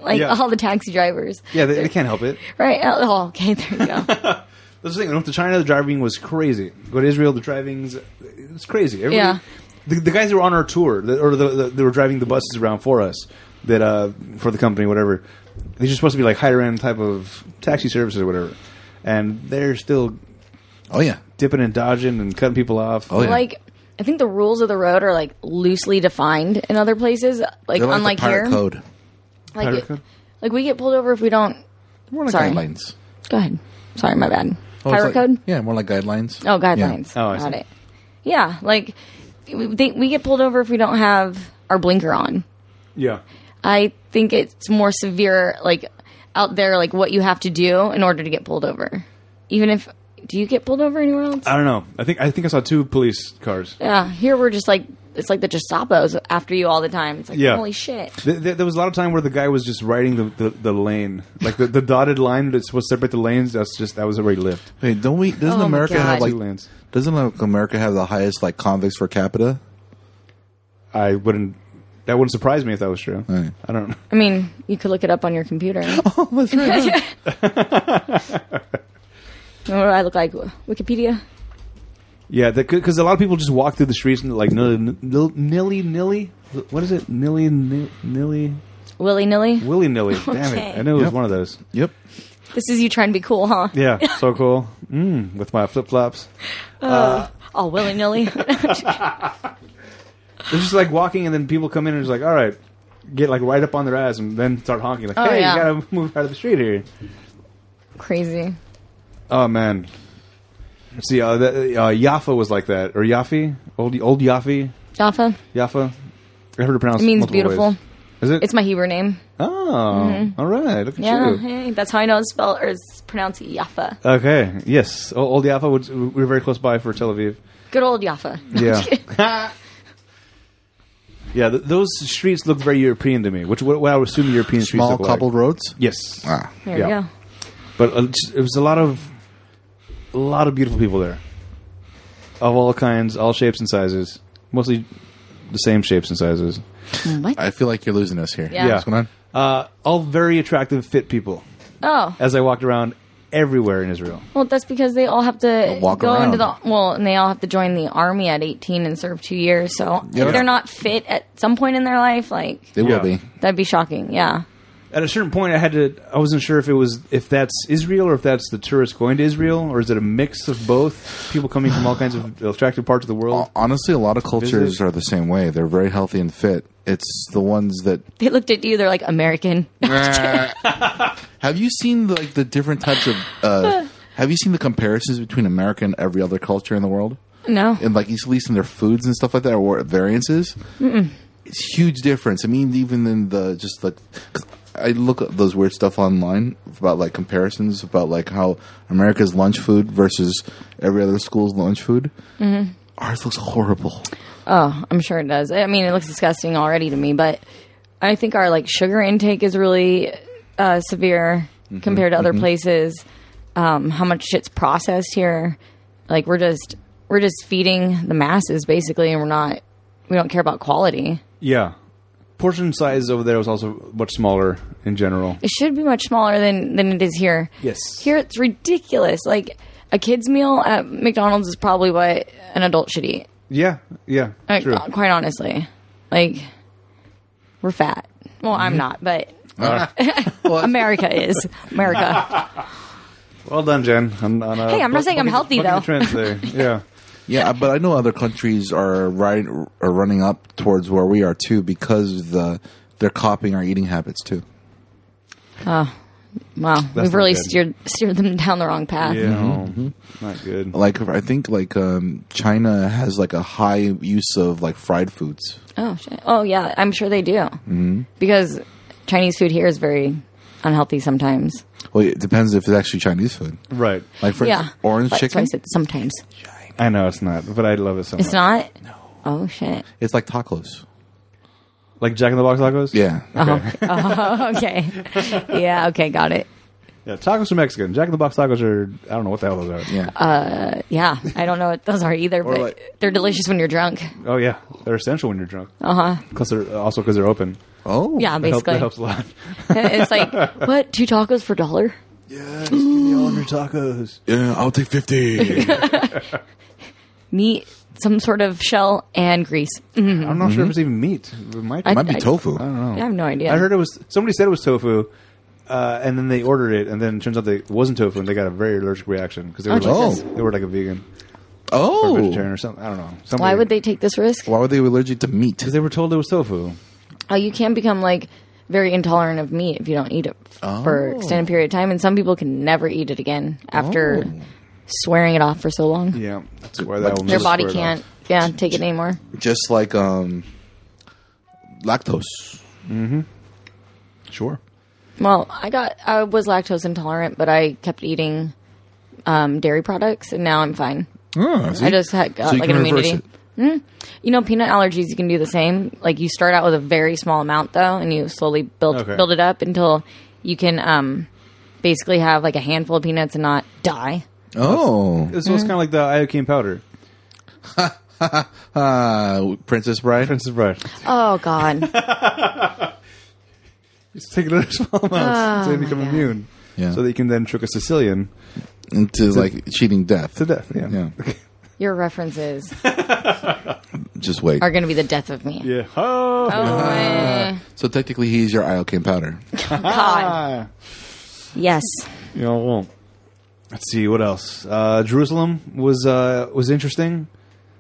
Speaker 4: like
Speaker 2: Yeah.
Speaker 4: all the taxi drivers.
Speaker 2: Yeah, they, they can't help it.
Speaker 4: Right. Oh, okay. There you go.
Speaker 2: That's the thing. When I went to China, the driving was crazy. Go to Israel, the driving's it's crazy. Everybody,
Speaker 4: Yeah.
Speaker 2: The, the guys that were on our tour, the, or the, the they were driving the buses around for us, that uh, for the company, whatever. These are supposed to be like higher end type of taxi services or whatever, and they're still
Speaker 3: Oh, yeah.
Speaker 2: dipping and dodging and cutting people off.
Speaker 3: Oh, yeah.
Speaker 4: Like. I think the rules of the road are like loosely defined in other places, like,
Speaker 3: They're like
Speaker 4: unlike
Speaker 3: the pirate
Speaker 4: here.
Speaker 3: code.
Speaker 4: Like,
Speaker 2: Pirate
Speaker 4: it-
Speaker 2: code?
Speaker 4: like we get pulled over if we don't
Speaker 3: More like
Speaker 4: Sorry.
Speaker 3: guidelines.
Speaker 4: Go ahead. Sorry, my bad.
Speaker 3: Oh, it's
Speaker 4: Pirate
Speaker 3: like-
Speaker 4: code?
Speaker 3: Yeah, more like guidelines.
Speaker 4: Oh, guidelines.
Speaker 2: Oh, I
Speaker 4: Got
Speaker 2: see.
Speaker 4: it. Yeah, like we- they, we get pulled over if we don't have our blinker on.
Speaker 2: Yeah.
Speaker 4: I think it's more severe, like out there, like what you have to do in order to get pulled over. Even if do you get pulled over anywhere else?
Speaker 2: I don't know. I think I think I saw two police cars.
Speaker 4: yeah, here we're just like it's like the Gestapo's after you all the time. It's like
Speaker 2: Yeah.
Speaker 4: holy shit.
Speaker 2: Th- th- there was a lot of time where the guy was just riding the, the, the lane, like the, the dotted line that's supposed to separate the lanes. That's just that was already lift.
Speaker 3: Hey, don't we? Doesn't
Speaker 4: Oh, my
Speaker 3: America
Speaker 4: God.
Speaker 3: have like?
Speaker 2: Two lanes.
Speaker 3: Doesn't like, America have the highest like convicts per capita?
Speaker 2: I wouldn't. That wouldn't surprise me if that was true. I don't. know.
Speaker 4: I mean, you could look it up on your computer.
Speaker 3: Oh, that's right.
Speaker 4: what do I look like? Wikipedia.
Speaker 2: Yeah, because a lot of people just walk through the streets and like nilly nilly, nilly, nilly what is it nilly ni- nilly
Speaker 4: Willy nilly.
Speaker 2: willy nilly? Damn it! I knew it was
Speaker 3: Yep.
Speaker 2: one of those.
Speaker 3: yep.
Speaker 4: This is you trying to be cool, huh?
Speaker 2: Yeah, so cool. Mm, with my flip flops.
Speaker 4: All willy nilly.
Speaker 2: They're just like walking, and then people come in and it's like, all right, get like right up on their ass, and then start honking like,
Speaker 4: Oh,
Speaker 2: hey,
Speaker 4: yeah.
Speaker 2: you gotta move out of the street here.
Speaker 4: Crazy.
Speaker 2: Oh man. See, uh, the, uh, Jaffa was like that, or Yaffe, old old Yaffe,
Speaker 4: Jaffa.
Speaker 2: Jaffa. I heard it pronounced.
Speaker 4: It means
Speaker 2: multiple
Speaker 4: beautiful.
Speaker 2: ways. Is it?
Speaker 4: It's my Hebrew name.
Speaker 2: oh, all right. Look at
Speaker 4: Yeah,
Speaker 2: you.
Speaker 4: hey, that's how I know it's spelled or it's pronounced Jaffa.
Speaker 2: Okay. Yes. O- Old Jaffa. Would, we were very close by for Tel Aviv.
Speaker 4: Good old Jaffa.
Speaker 2: Yeah. yeah. Th- those streets looked very European to me, which what, what I would assume European
Speaker 3: Small
Speaker 2: streets look
Speaker 3: cobbled
Speaker 2: like.
Speaker 3: roads.
Speaker 2: Yes.
Speaker 3: Ah.
Speaker 4: There
Speaker 2: Yeah.
Speaker 4: you go.
Speaker 2: But uh, just- it was a lot of a lot of beautiful people there, of all kinds, all shapes and sizes. Mostly the same shapes and sizes.
Speaker 4: What?
Speaker 3: I feel like you're losing us here.
Speaker 4: Yeah.
Speaker 2: Yeah.
Speaker 3: What's going on?
Speaker 2: Uh, all very attractive, fit people.
Speaker 4: Oh,
Speaker 2: As I walked around everywhere in Israel.
Speaker 4: well, that's because they all have to
Speaker 3: Walk
Speaker 4: go into the
Speaker 3: around.
Speaker 4: well, and they all have to join the army at 18 and serve two years. So
Speaker 3: Yeah.
Speaker 4: if they're not fit at some point in their life, like
Speaker 3: They
Speaker 2: Yeah.
Speaker 3: will be.
Speaker 4: that'd be shocking. Yeah,
Speaker 2: at a certain point, I had to. I wasn't sure if it was if that's Israel or if that's the tourists going to Israel or is it a mix of both people coming from all kinds of attractive parts of the world.
Speaker 3: Hon- Honestly, a lot of cultures
Speaker 2: Visit.
Speaker 3: are the same way. They're very healthy and fit. It's the ones that.
Speaker 4: they looked at you. They're like American.
Speaker 3: have you seen like the different types of? Uh, have you seen the comparisons between America and every other culture in the world?
Speaker 4: no,
Speaker 3: and like at least in their foods and stuff like that, or variances. it's huge difference. I mean, even in the just like 'cause I look at those weird stuff online about like comparisons about like how America's lunch food versus every other school's lunch food. Ours looks horrible.
Speaker 4: Oh, I'm sure it does. I mean, it looks disgusting already to me, but I think our like sugar intake is really uh, severe compared to other places. Um, how much shit's processed here? Like we're just we're just feeding the masses basically, and we're not we don't care about quality.
Speaker 2: Yeah. Portion size over there was also much smaller in general.
Speaker 4: It should be much smaller than than it is here.
Speaker 2: Yes.
Speaker 4: here it's ridiculous. Like a kid's meal at McDonald's is probably what an adult should eat.
Speaker 2: Yeah, yeah,
Speaker 4: Like,
Speaker 2: true.
Speaker 4: uh, quite honestly, like we're fat. Well, I'm not, but America is America.
Speaker 2: Well done, Jen. On, on, uh,
Speaker 4: Hey, I'm not saying I'm
Speaker 2: bucking-
Speaker 4: healthy,
Speaker 2: bucking the
Speaker 4: though.
Speaker 2: Trends there. Yeah,
Speaker 3: Yeah, but I know other countries are right are running up towards where we are too because of the they're copying our eating habits too.
Speaker 4: Wow, we've
Speaker 2: not
Speaker 4: really
Speaker 2: good.
Speaker 4: steered steered them down the wrong path.
Speaker 2: yeah, oh, not good.
Speaker 3: Like I think like um, China has like a high use of like fried foods.
Speaker 4: Oh shit. Oh yeah, I'm sure they do because Chinese food here is very unhealthy sometimes.
Speaker 3: Well, it depends if it's actually Chinese food.
Speaker 2: Right.
Speaker 3: Like for
Speaker 4: yeah,
Speaker 3: instance, orange
Speaker 4: That's why I
Speaker 3: chicken,
Speaker 4: said sometimes
Speaker 2: I know it's not, but I love it so much.
Speaker 4: it's not. No. Oh shit.
Speaker 3: it's like tacos.
Speaker 2: Like Jack in the Box tacos.
Speaker 3: Yeah,
Speaker 4: Oh, oh, okay. Yeah. Okay. Got it.
Speaker 2: yeah. Tacos are Mexican. Jack in the Box tacos are. I don't know what the hell those are.
Speaker 3: yeah.
Speaker 4: Uh, Yeah. I don't know what those are either, but
Speaker 3: like-
Speaker 4: they're delicious when you're drunk.
Speaker 2: Oh yeah, they're essential when you're drunk. Because they're also because they're open.
Speaker 3: oh,
Speaker 4: Yeah.
Speaker 2: That, help,
Speaker 4: Uh-huh. Basically.
Speaker 2: that helps a lot.
Speaker 4: it's like what two tacos for a dollar
Speaker 2: tacos.
Speaker 3: yeah. I'll take fifty.
Speaker 4: meat some sort of shell and grease Mm,
Speaker 2: I'm not sure if it's even meat. It might.
Speaker 4: I-
Speaker 3: Might be tofu.
Speaker 2: I don't know.
Speaker 4: i have no idea
Speaker 2: Oh. I heard it was somebody said it was tofu, uh, and then they ordered it, and then it turns out they it wasn't tofu, and they got a very allergic reaction because they were
Speaker 4: Oh,
Speaker 2: like
Speaker 3: Jesus.
Speaker 2: they were like a vegan or
Speaker 3: Oh,
Speaker 2: vegetarian or something. I don't know.
Speaker 4: why
Speaker 2: Somebody-
Speaker 4: would they take this risk
Speaker 3: why were they allergic to meat?
Speaker 2: Because they were told it was tofu.
Speaker 4: oh you can become like very intolerant of meat if you don't eat it f-
Speaker 2: Oh.
Speaker 4: for extended period of time and some people can never eat it again after
Speaker 3: Oh.
Speaker 4: swearing it off for so long
Speaker 2: Yeah, that's why that one.
Speaker 4: their
Speaker 2: was
Speaker 4: body
Speaker 2: squared
Speaker 4: can't
Speaker 2: off.
Speaker 4: yeah take it anymore
Speaker 3: Just like um, lactose.
Speaker 2: Sure.
Speaker 4: well i got i was lactose intolerant but i kept eating um, dairy products and now i'm fine
Speaker 3: Oh,
Speaker 4: I just had got
Speaker 3: So you
Speaker 4: like an
Speaker 3: can reverse
Speaker 4: immunity. Mm. You know, peanut allergies. You can do the same. Like you start out with a very small amount though, and you slowly build
Speaker 2: Okay.
Speaker 4: build it up until you can um, basically have like a handful of peanuts and not die.
Speaker 3: Oh,
Speaker 2: This
Speaker 4: Mm-hmm.
Speaker 2: was kind of like the iocane powder.
Speaker 3: uh, Princess Bride.
Speaker 2: Prince of Bride.
Speaker 4: Oh God!
Speaker 2: Just take little small
Speaker 4: Ah,
Speaker 2: amounts so you become immune.
Speaker 3: Yeah.
Speaker 2: So that you can then trick a Sicilian
Speaker 3: into like cheating death.
Speaker 2: to death. Yeah.
Speaker 3: Yeah,
Speaker 4: Your references
Speaker 3: just wait.
Speaker 4: are going to be the death of me.
Speaker 2: Yeah. Oh.
Speaker 4: Oh, eh.
Speaker 3: So technically, he's your iocane powder.
Speaker 4: God. Yes.
Speaker 2: You know, well, let's see what else. Uh, Jerusalem was uh, was interesting.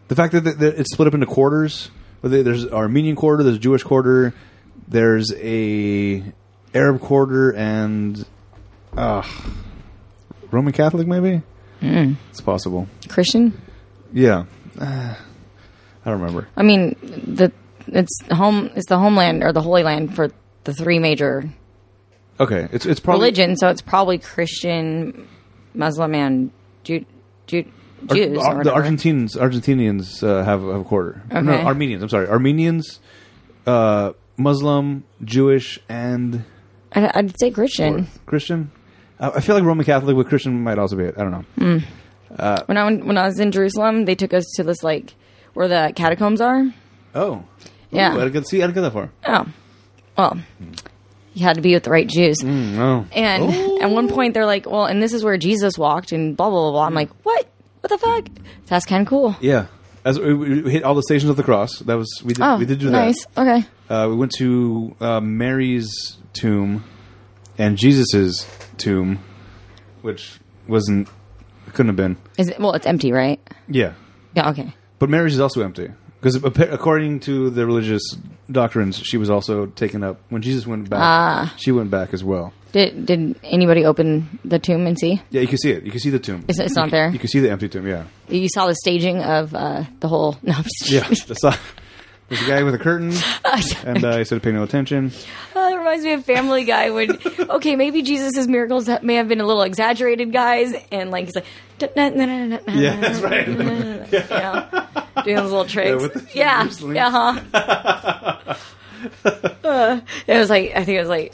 Speaker 2: The fact that, that, that it's split up into quarters. where there- There's Armenian quarter, there's Jewish quarter, there's a Arab quarter, and uh, Roman Catholic maybe. It's possible.
Speaker 4: Christian.
Speaker 2: Yeah, uh, I don't remember.
Speaker 4: I mean, the it's home. It's the homeland or the Holy Land for the three major
Speaker 2: Okay, it's it's probably
Speaker 4: religion, so it's probably Christian, Muslim, and Jew, Jew,
Speaker 2: Ar-
Speaker 4: Jews. or
Speaker 2: Ar- the
Speaker 4: whatever.
Speaker 2: Argentines, Argentinians uh, have, have a quarter. No,
Speaker 4: Okay.
Speaker 2: Armenians. I'm sorry, Armenians, uh, Muslim, Jewish, and
Speaker 4: I, I'd say Christian.
Speaker 2: Christian. I I feel like Roman Catholic, but Christian might also be it. I don't know.
Speaker 4: Hmm.
Speaker 2: Uh,
Speaker 4: When I went- when I was in Jerusalem, they took us to this like where the catacombs are.
Speaker 2: Oh,
Speaker 4: Yeah.
Speaker 2: Ooh, I didn't get- see. I didn't get that far.
Speaker 4: Oh, well, you had to be with the right Jews.
Speaker 2: No.
Speaker 4: And
Speaker 2: Oh.
Speaker 4: at one point, they're like, "Well, and this is where Jesus walked," and blah blah blah. blah. I'm like, "What? What the fuck? That's kind of cool."
Speaker 2: Yeah. As we, we hit all the stations of the cross. That was we did.
Speaker 4: Oh,
Speaker 2: we did do
Speaker 4: nice. Okay.
Speaker 2: that. Uh, we went to uh, Mary's tomb and Jesus's tomb, which wasn't. It couldn't have been.
Speaker 4: Is it, well, it's empty, right?
Speaker 2: Yeah.
Speaker 4: Yeah. Okay.
Speaker 2: But Mary's is also empty because according to the religious doctrines, she was also taken up when Jesus went back.
Speaker 4: Ah.
Speaker 2: She went back as well.
Speaker 4: Did did anybody open the tomb and see?
Speaker 2: Yeah, you can see it. You can see the tomb.
Speaker 4: It's, it's not there.
Speaker 2: You can see the empty tomb. Yeah,
Speaker 4: You saw the staging of uh, the whole. No, I'm just
Speaker 2: yeah. That's not, There's a guy with a curtain, and uh, he said, "Pay no attention."
Speaker 4: Oh, that reminds me of Family Guy when, okay, maybe Jesus' miracles ha- may have been a little exaggerated, guys. And like, he's like,
Speaker 2: Yeah,
Speaker 4: yeah,
Speaker 2: that's right.
Speaker 4: Doing those little tricks.
Speaker 2: with the
Speaker 4: Yeah.
Speaker 2: fingers linked.
Speaker 4: Yeah, huh? Uh, it was like, I think it was like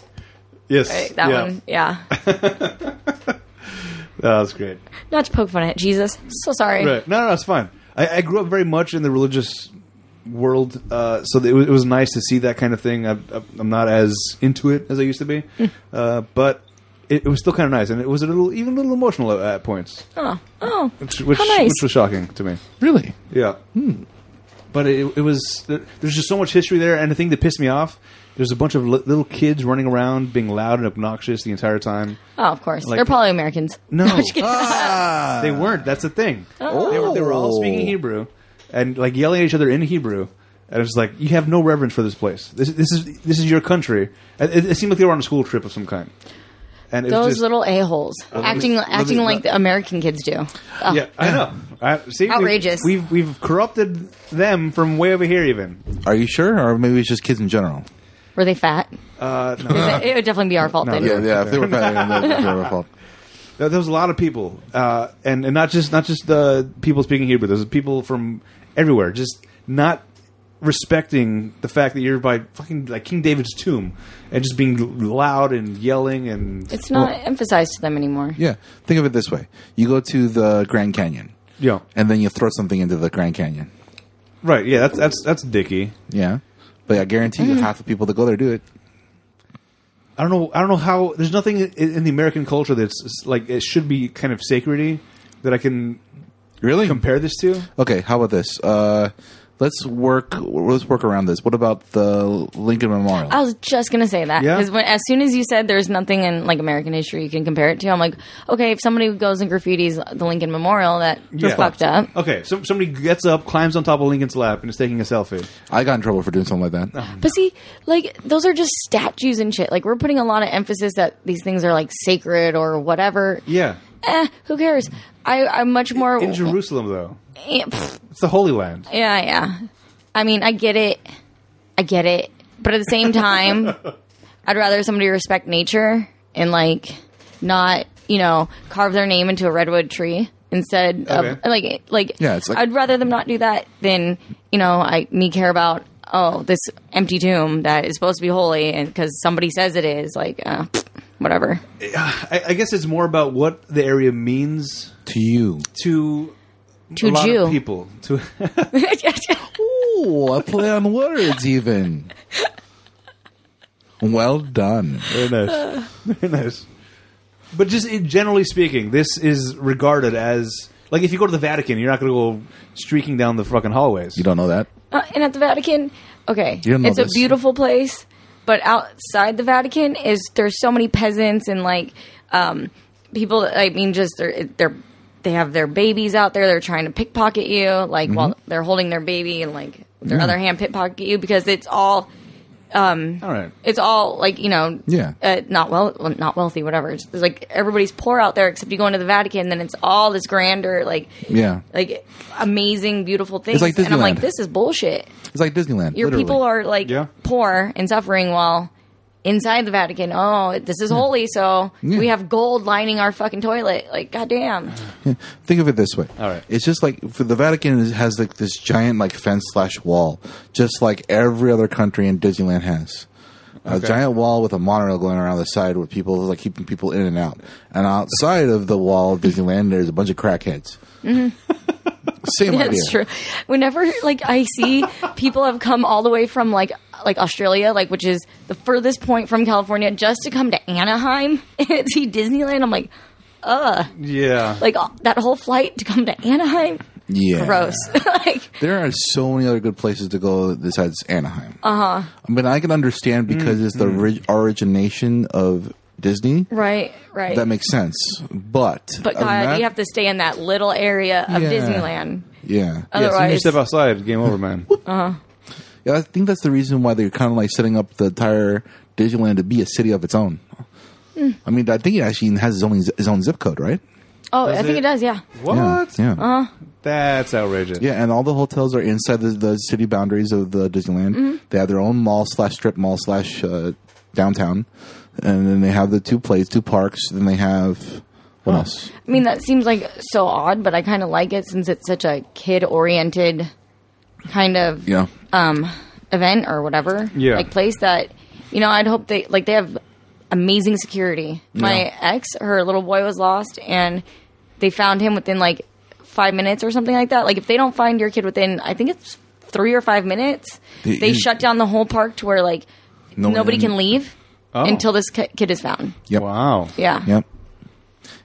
Speaker 2: Yes,
Speaker 4: right, that
Speaker 2: yeah.
Speaker 4: one. Yeah.
Speaker 2: That was great.
Speaker 4: Not to poke fun at Jesus. So sorry.
Speaker 2: Right? No, no, no, it's fine. I, I grew up very much in the religious world, uh, so it was, it was nice to see that kind of thing. I, I, I'm not as into it as I used to be,
Speaker 4: Hmm.
Speaker 2: uh, but it, it was still kind of nice, and it was a little, even a little emotional at, at points,
Speaker 4: Oh, oh.
Speaker 2: which which,
Speaker 4: How nice.
Speaker 2: which was shocking to me.
Speaker 3: Really?
Speaker 2: Yeah. Hmm. But it, it was there- there's just so much history there, and the thing that pissed me off, there's a bunch of li- little kids running around being loud and obnoxious the entire time.
Speaker 4: Oh, of course.
Speaker 2: Like-
Speaker 4: They're probably Americans.
Speaker 2: No, Ah,
Speaker 4: I'm just kidding.
Speaker 3: Ah.
Speaker 2: they
Speaker 3: Uh,
Speaker 2: weren't. That's the thing. They, were, they were all speaking Hebrew and like yelling at each other in Hebrew. And it was like you have no reverence for this place. This, this is this is your country. And It, it seemed like they were on a school trip of some kind. And it was
Speaker 4: Those
Speaker 2: just-
Speaker 4: little a-holes. acting
Speaker 3: let me-
Speaker 4: acting like
Speaker 3: let-
Speaker 4: the American kids do. Oh,
Speaker 2: Yeah, I know. I, see, we-
Speaker 4: Outrageous.
Speaker 2: We've we've corrupted them from way over here. Even
Speaker 3: Are you sure? Or maybe it's just kids in general?
Speaker 4: Were they fat?
Speaker 2: uh, no,
Speaker 4: it would definitely be our fault
Speaker 2: No,
Speaker 4: then.
Speaker 2: they
Speaker 3: Yeah, yeah. If they were fat, then that would be their fault.
Speaker 2: There, there was a lot of people, uh, and and not just not just the people speaking Hebrew. There's people from everywhere, just not respecting the fact that you're by fucking like King David's tomb, and just being l- loud and yelling and
Speaker 4: It's not emphasized to them anymore.
Speaker 3: Yeah. Think of it this way: you go to the Grand Canyon,
Speaker 2: yeah,
Speaker 3: and then you throw something into the Grand Canyon.
Speaker 2: right, yeah. That's that's that's dicky.
Speaker 3: Yeah. But I guarantee
Speaker 4: Mm-hmm.
Speaker 3: you, half the people that go there do it.
Speaker 2: I don't know. I don't know how. There's nothing in, in the American culture that's s- like it should be kind of sacredy that I can
Speaker 3: Really?
Speaker 2: compare this to.
Speaker 3: Okay, how about this? Uh, let's work. Let's work around this. What about the Lincoln Memorial?
Speaker 4: I was just gonna say that
Speaker 2: Yeah.
Speaker 4: because as soon as you said there's nothing in like American history you can compare it to, I'm like, okay, if somebody goes and graffitis the Lincoln Memorial, that
Speaker 2: Yeah.
Speaker 4: fucked up.
Speaker 2: Okay, so somebody gets up, climbs on top of Lincoln's lap, and is taking a selfie.
Speaker 3: I got in trouble for doing something like that.
Speaker 4: But see, like those are just statues and shit. Like we're putting a lot of emphasis that these things are like sacred or whatever.
Speaker 2: Yeah,
Speaker 4: Eh, who cares? I, I'm much more.
Speaker 2: in Jerusalem though,
Speaker 4: Eh, pfft,
Speaker 2: it's the Holy Land.
Speaker 4: yeah, yeah. I mean, I get it. I get it. But at the same time, I'd rather somebody respect nature and like not, you know, carve their name into a redwood tree instead of
Speaker 2: Okay.
Speaker 4: like like
Speaker 3: Yeah, it's like-
Speaker 4: I'd rather them not do that than, you know, I me care about oh, this empty tomb that is supposed to be holy and cuz somebody says it is like uh, whatever.
Speaker 2: I, I guess it's more about what the area means
Speaker 3: To you.
Speaker 2: to
Speaker 4: To
Speaker 2: a lot
Speaker 4: Jew.
Speaker 2: of people. To
Speaker 3: Ooh, I play on words even. Well done.
Speaker 2: very nice, very nice. But just in, generally speaking, this is regarded as like if you go to the Vatican, you're not going to go streaking down the fucking hallways.
Speaker 3: You don't know that?
Speaker 4: Uh, and at the Vatican, okay,
Speaker 3: You don't know
Speaker 4: it's
Speaker 3: this.
Speaker 4: a beautiful place, but outside the Vatican is there's so many peasants and like um, people. I mean, just they're they're they have their babies out there. They're trying to pickpocket you, like
Speaker 3: Mm-hmm.
Speaker 4: while they're holding their baby and like their other hand pickpocket you because it's all
Speaker 2: All right,
Speaker 4: it's all like you know
Speaker 3: Yeah.
Speaker 4: uh, not well well, not wealthy whatever. It's, it's like everybody's poor out there except you go into the Vatican, then it's all this grander like
Speaker 3: Yeah.
Speaker 4: like amazing beautiful things.
Speaker 3: like
Speaker 4: and I'm like,
Speaker 3: Disneyland.
Speaker 4: this is bullshit
Speaker 3: It's like Disneyland.
Speaker 4: your
Speaker 3: literally.
Speaker 4: people are like
Speaker 2: Yeah.
Speaker 4: poor and suffering while inside the Vatican. Oh, this is holy, so
Speaker 3: Yeah.
Speaker 4: we have gold lining our fucking toilet. Like, goddamn.
Speaker 3: Think of it this way.
Speaker 2: All right.
Speaker 3: It's just like for the Vatican is- has like this giant like fence slash wall, just like every other country in Disneyland has. A giant wall with a monorail going around the side with people like keeping people in and out. And outside of the wall of Disneyland, there's a bunch of crackheads.
Speaker 2: Mm-hmm.
Speaker 3: Same idea.
Speaker 4: That's true. Whenever like I see people have come all the way from like like Australia, like which is the furthest point from California, just to come to Anaheim and see Disneyland, I'm like,
Speaker 2: yeah,
Speaker 4: like all- that whole flight to come to Anaheim,
Speaker 3: Yeah.
Speaker 4: gross. like,
Speaker 3: There are so many other good places to go besides Anaheim.
Speaker 4: Uh-huh.
Speaker 3: Uh huh. I mean, I can understand
Speaker 2: Mm,
Speaker 3: because it's the ri- origination of Disney.
Speaker 4: right, right.
Speaker 3: That makes sense. But
Speaker 4: but God,
Speaker 3: ima-
Speaker 4: you have to stay in that little area of
Speaker 3: Yeah.
Speaker 4: Disneyland.
Speaker 3: Yeah.
Speaker 2: yeah. So you
Speaker 4: Otherwise-
Speaker 2: step outside, game over, man.
Speaker 3: yeah. I think that's the reason why they're kind of like setting up the entire Disneyland to be a city of its own. I mean, I think it actually has its own its own zip code, right?
Speaker 4: Oh, I think
Speaker 2: it-
Speaker 4: it does. Yeah.
Speaker 2: what?
Speaker 3: Yeah. yeah.
Speaker 2: That's outrageous.
Speaker 3: Yeah, and all the hotels are inside the, the city boundaries of the Disneyland. They have their own mall slash strip mall slash uh, downtown, and then they have the two plays, two parks. Then they have what else?
Speaker 4: I mean, that seems like so odd, but I kind of like it since it's such a kid oriented kind of
Speaker 3: Yeah,
Speaker 4: um, event or whatever.
Speaker 2: Yeah.
Speaker 4: Like place that, you know, I'd hope they, like, they have amazing security. My ex, her little boy was lost and they found him within like five minutes or something like that. Like, if they don't find your kid within, I think it's three or five minutes,
Speaker 3: The-
Speaker 4: they shut down the whole park to where like
Speaker 3: No one
Speaker 4: nobody
Speaker 3: in-
Speaker 4: can leave
Speaker 2: Oh.
Speaker 4: until this ki- kid is found.
Speaker 3: yep,
Speaker 2: Wow.
Speaker 4: Yeah.
Speaker 3: yep.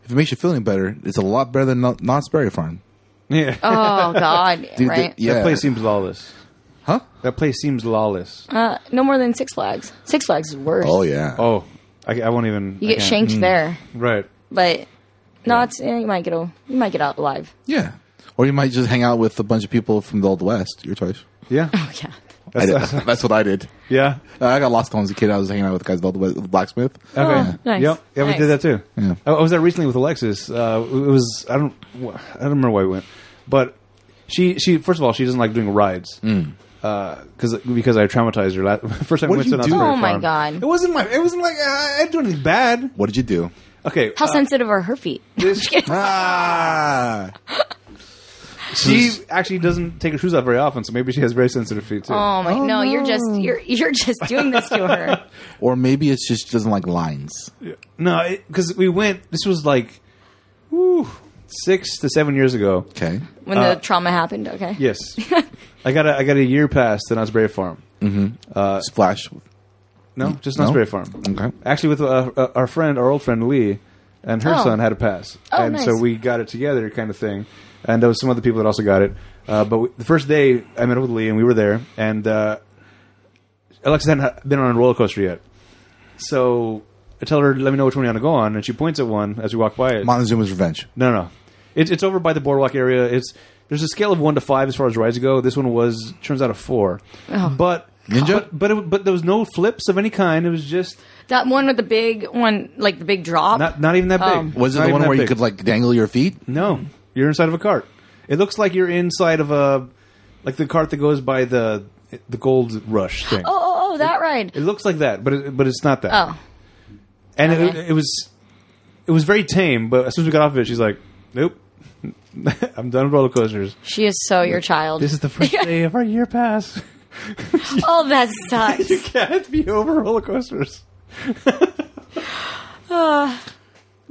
Speaker 3: If it makes you feel any better, it's a lot better than Knott's Knott's Berry Farm.
Speaker 2: Yeah.
Speaker 4: Oh, God.
Speaker 3: Dude, the-
Speaker 4: right.
Speaker 2: That
Speaker 3: yeah.
Speaker 2: place seems lawless.
Speaker 3: Huh?
Speaker 2: That place seems lawless.
Speaker 4: Uh, no more than Six Flags. Six Flags is worse.
Speaker 3: Oh yeah.
Speaker 2: oh, Mm. I, I won't even.
Speaker 4: You
Speaker 2: I
Speaker 4: get
Speaker 2: can't.
Speaker 4: shanked there,
Speaker 2: Right.
Speaker 4: but not. eh, you might get a, you might get out alive.
Speaker 3: yeah. Or you might just hang out with a bunch of people from the old west your choice.
Speaker 2: Yeah.
Speaker 4: Oh yeah.
Speaker 3: I did- That's, what I did.
Speaker 2: Yeah.
Speaker 3: Uh, I got lost when I was a kid. I was hanging out with guys at the old west, the blacksmith.
Speaker 2: Okay.
Speaker 4: Oh, nice.
Speaker 2: Yep. Yeah,
Speaker 4: Nice.
Speaker 2: we did that too.
Speaker 3: Yeah.
Speaker 2: I, I was there recently with Alexis. Uh, it was I don't I don't remember why we went, but she she first of all she doesn't like doing rides. Uh, cause, because I traumatized her last, first time
Speaker 3: Mm. What
Speaker 2: we went
Speaker 3: did
Speaker 2: to
Speaker 3: you
Speaker 2: Knott's
Speaker 3: do?
Speaker 2: Berry
Speaker 4: Oh my
Speaker 2: Farm.
Speaker 4: God.
Speaker 2: It wasn't my. It wasn't like I, I didn't do anything bad.
Speaker 3: What did you do?
Speaker 2: Okay.
Speaker 4: How
Speaker 2: uh,
Speaker 4: sensitive are her feet?
Speaker 2: this-
Speaker 3: Ah.
Speaker 2: she actually doesn't take her shoes off very often, so maybe she has very sensitive feet too.
Speaker 4: Oh my! no, you're just you're you're just doing this to her.
Speaker 3: Or maybe it's just she doesn't like lines.
Speaker 2: No, because we went. This was like, whew, six to seven years ago.
Speaker 3: Okay.
Speaker 4: When
Speaker 2: Uh,
Speaker 4: the trauma happened, okay.
Speaker 2: Yes, I got a I got a year pass to Knott's Berry Farm. Uh,
Speaker 3: Splash.
Speaker 2: No, just Knott's
Speaker 3: No?
Speaker 2: Berry Farm.
Speaker 3: Okay.
Speaker 2: Actually, with uh, uh, our friend, our old friend Lee, and her
Speaker 4: Oh.
Speaker 2: son had a pass,
Speaker 4: Oh,
Speaker 2: and
Speaker 4: nice.
Speaker 2: so we got it together, kind of thing. And there was some other people that also got it. Uh, but we, the first day, I met up with Lee, and we were there, and uh, Alexis hadn't been on a roller coaster yet, so. I tell her, let me know which one you want to go on, and she points at one as we walk by it.
Speaker 3: Montezuma's Revenge.
Speaker 2: No, no, no. It's it's over by the boardwalk area. It's there's a scale of one to five as far as rides go. This one was turns out a four,
Speaker 4: Oh.
Speaker 2: but
Speaker 3: Ninja?
Speaker 2: But but, it, but there was no flips of any kind. It was just
Speaker 4: That one with the big one, like the big drop.
Speaker 2: not not even that big.
Speaker 4: Um,
Speaker 3: Was it
Speaker 2: Not
Speaker 3: the
Speaker 2: even
Speaker 3: one
Speaker 2: that
Speaker 3: where you
Speaker 2: big.
Speaker 3: could like dangle your feet?
Speaker 2: No, you're inside of a cart. It looks like you're inside of a like the cart that goes by the the gold rush thing.
Speaker 4: oh, oh, oh, that ride.
Speaker 2: It looks like that, but it, but it's not that.
Speaker 4: Oh,
Speaker 2: and
Speaker 4: okay.
Speaker 2: it, it was it was very tame. But as soon as we got off of it, she's like, "Nope, I'm done with roller coasters."
Speaker 4: she is so your child.
Speaker 2: This is the first day of our year pass.
Speaker 4: oh, that sucks.
Speaker 2: You can't be over roller coasters. we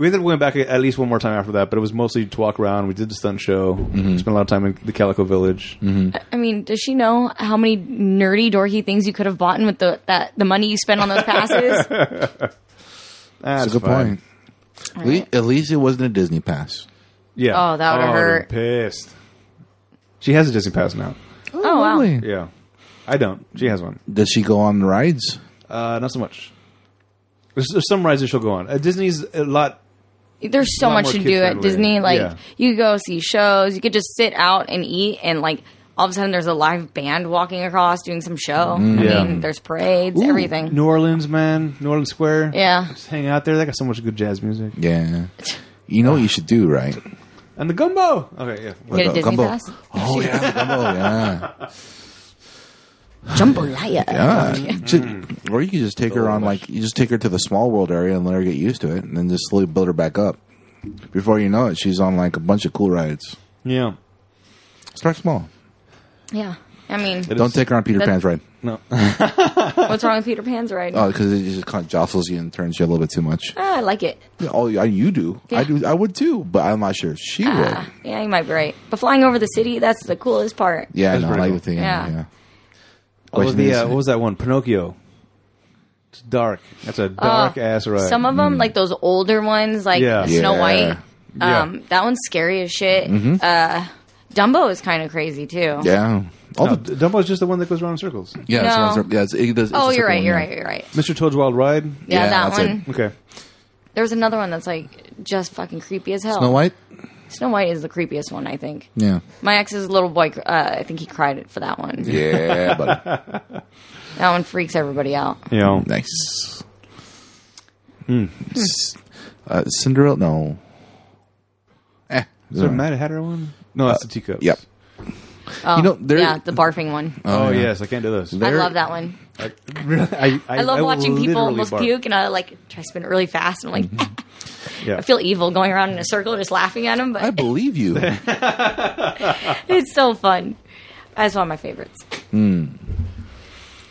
Speaker 2: ended up going back at least one more time after that, but it was mostly to walk around. We did the stunt show. Spent a lot of time in the Calico Village.
Speaker 4: I mean, does she know how many nerdy, dorky things you could have bought in with the that the money you spent on those passes?
Speaker 2: That's
Speaker 3: That's a good
Speaker 2: fine.
Speaker 3: point. At lea- At least it wasn't a Disney pass.
Speaker 2: Yeah.
Speaker 4: Oh, that would've
Speaker 2: I'd been
Speaker 4: hurt.
Speaker 2: Pissed. She has a Disney pass now.
Speaker 4: oh wow.
Speaker 2: Yeah, I don't. She has one.
Speaker 3: Does she go on rides?
Speaker 2: Uh, not so much. There's, there's some rides that she'll go on. Uh, Disney's a lot.
Speaker 4: there's so
Speaker 2: lot
Speaker 4: much
Speaker 2: more
Speaker 4: to do
Speaker 2: kids
Speaker 4: at
Speaker 2: friendly.
Speaker 4: Disney. Like
Speaker 2: Yeah.
Speaker 4: you could go see shows, you could just sit out and eat, and like all of a sudden there's a live band walking across doing some show.
Speaker 3: Mm-hmm.
Speaker 2: Yeah.
Speaker 4: I mean, there's parades, everything.
Speaker 2: New Orleans, man. New Orleans Square.
Speaker 4: Yeah.
Speaker 2: Just hang out there. They got so much good jazz music.
Speaker 3: Yeah. You know what you should do, right?
Speaker 2: And the gumbo. Okay, yeah.
Speaker 4: Get a
Speaker 3: Uh,
Speaker 4: Disney
Speaker 3: gumbo.
Speaker 4: pass,
Speaker 3: Oh yeah, the gumbo. Yeah.
Speaker 4: jambalaya.
Speaker 3: yeah. Should- Or you could just take her on like you just take her to the small world area and let her get used to it, and then just slowly build her back up. Before you know it, she's on like a bunch of cool rides.
Speaker 2: Yeah.
Speaker 3: Start small.
Speaker 4: Yeah. I mean,
Speaker 3: Don't take her on Peter
Speaker 4: That-
Speaker 3: Pan's ride.
Speaker 2: No.
Speaker 4: what's wrong with Peter Pan's ride?
Speaker 3: Oh, because it just kind of jostles you and turns you a little bit too much.
Speaker 4: Ah, I like it.
Speaker 3: Oh, yeah, you do. I
Speaker 4: Yeah.
Speaker 3: do. I would too, but I'm not sure she
Speaker 4: Ah,
Speaker 3: would.
Speaker 4: yeah, you might be right. But flying over the city—that's the coolest part.
Speaker 3: Yeah,
Speaker 2: That's
Speaker 3: no, I
Speaker 2: pretty
Speaker 3: like
Speaker 2: cool.
Speaker 3: the thing.
Speaker 4: Yeah.
Speaker 3: Yeah.
Speaker 2: Oh,
Speaker 3: Question
Speaker 2: the,
Speaker 3: is-
Speaker 2: uh, what was that one? Pinocchio. It's dark. That's a dark ass ride.
Speaker 4: Oh, Some of them, like those older ones, like
Speaker 2: Yeah.
Speaker 4: Snow
Speaker 3: Mm. Yeah. Mm-hmm.
Speaker 4: White.
Speaker 2: Yeah.
Speaker 4: Um, that one's scary as shit. Uh, Dumbo is kind of crazy too.
Speaker 3: Yeah. All
Speaker 2: no,
Speaker 3: the,
Speaker 2: Dumbo's just Oh, the one that goes around in circles.
Speaker 3: yeah, it's
Speaker 4: No.
Speaker 3: ones that- yeah, it's- it does- it's
Speaker 4: Oh,
Speaker 3: a
Speaker 4: you're right.
Speaker 3: circle,
Speaker 4: You're
Speaker 3: yeah.
Speaker 4: right. You're right.
Speaker 2: Mr. Toad's Wild Ride.
Speaker 4: Yeah,
Speaker 3: Yeah,
Speaker 4: that
Speaker 3: that's it.
Speaker 4: one.
Speaker 2: Okay.
Speaker 4: There's another one that's like just fucking creepy as hell.
Speaker 3: Snow White?
Speaker 4: Snow White is the creepiest one, I think.
Speaker 3: Yeah.
Speaker 4: My ex's little boy, uh, I think he cried for that one.
Speaker 3: Yeah, but
Speaker 4: That one freaks everybody out.
Speaker 2: You know,
Speaker 3: nice.
Speaker 2: Hmm.
Speaker 3: S- Uh, Cinderella? No. Eh,
Speaker 2: Is there a Mad Hatter one? No, that's the teacups.
Speaker 3: yep.
Speaker 4: Oh,
Speaker 3: You know, there-
Speaker 4: yeah, the barfing one.
Speaker 2: Oh,
Speaker 3: yeah.
Speaker 2: yes, I can't do those.
Speaker 4: I
Speaker 3: there-
Speaker 4: love that one.
Speaker 2: I, really, I, I,
Speaker 4: I love
Speaker 2: will
Speaker 4: watching people
Speaker 2: literally
Speaker 4: almost
Speaker 2: barf.
Speaker 4: puke, and I like try to spin it really fast. And I'm like,
Speaker 3: Mm-hmm.
Speaker 2: Yeah.
Speaker 4: I feel evil going around in a circle, just laughing at them. But
Speaker 3: I believe you.
Speaker 4: it's so fun. That's one of my favorites.
Speaker 3: Hmm.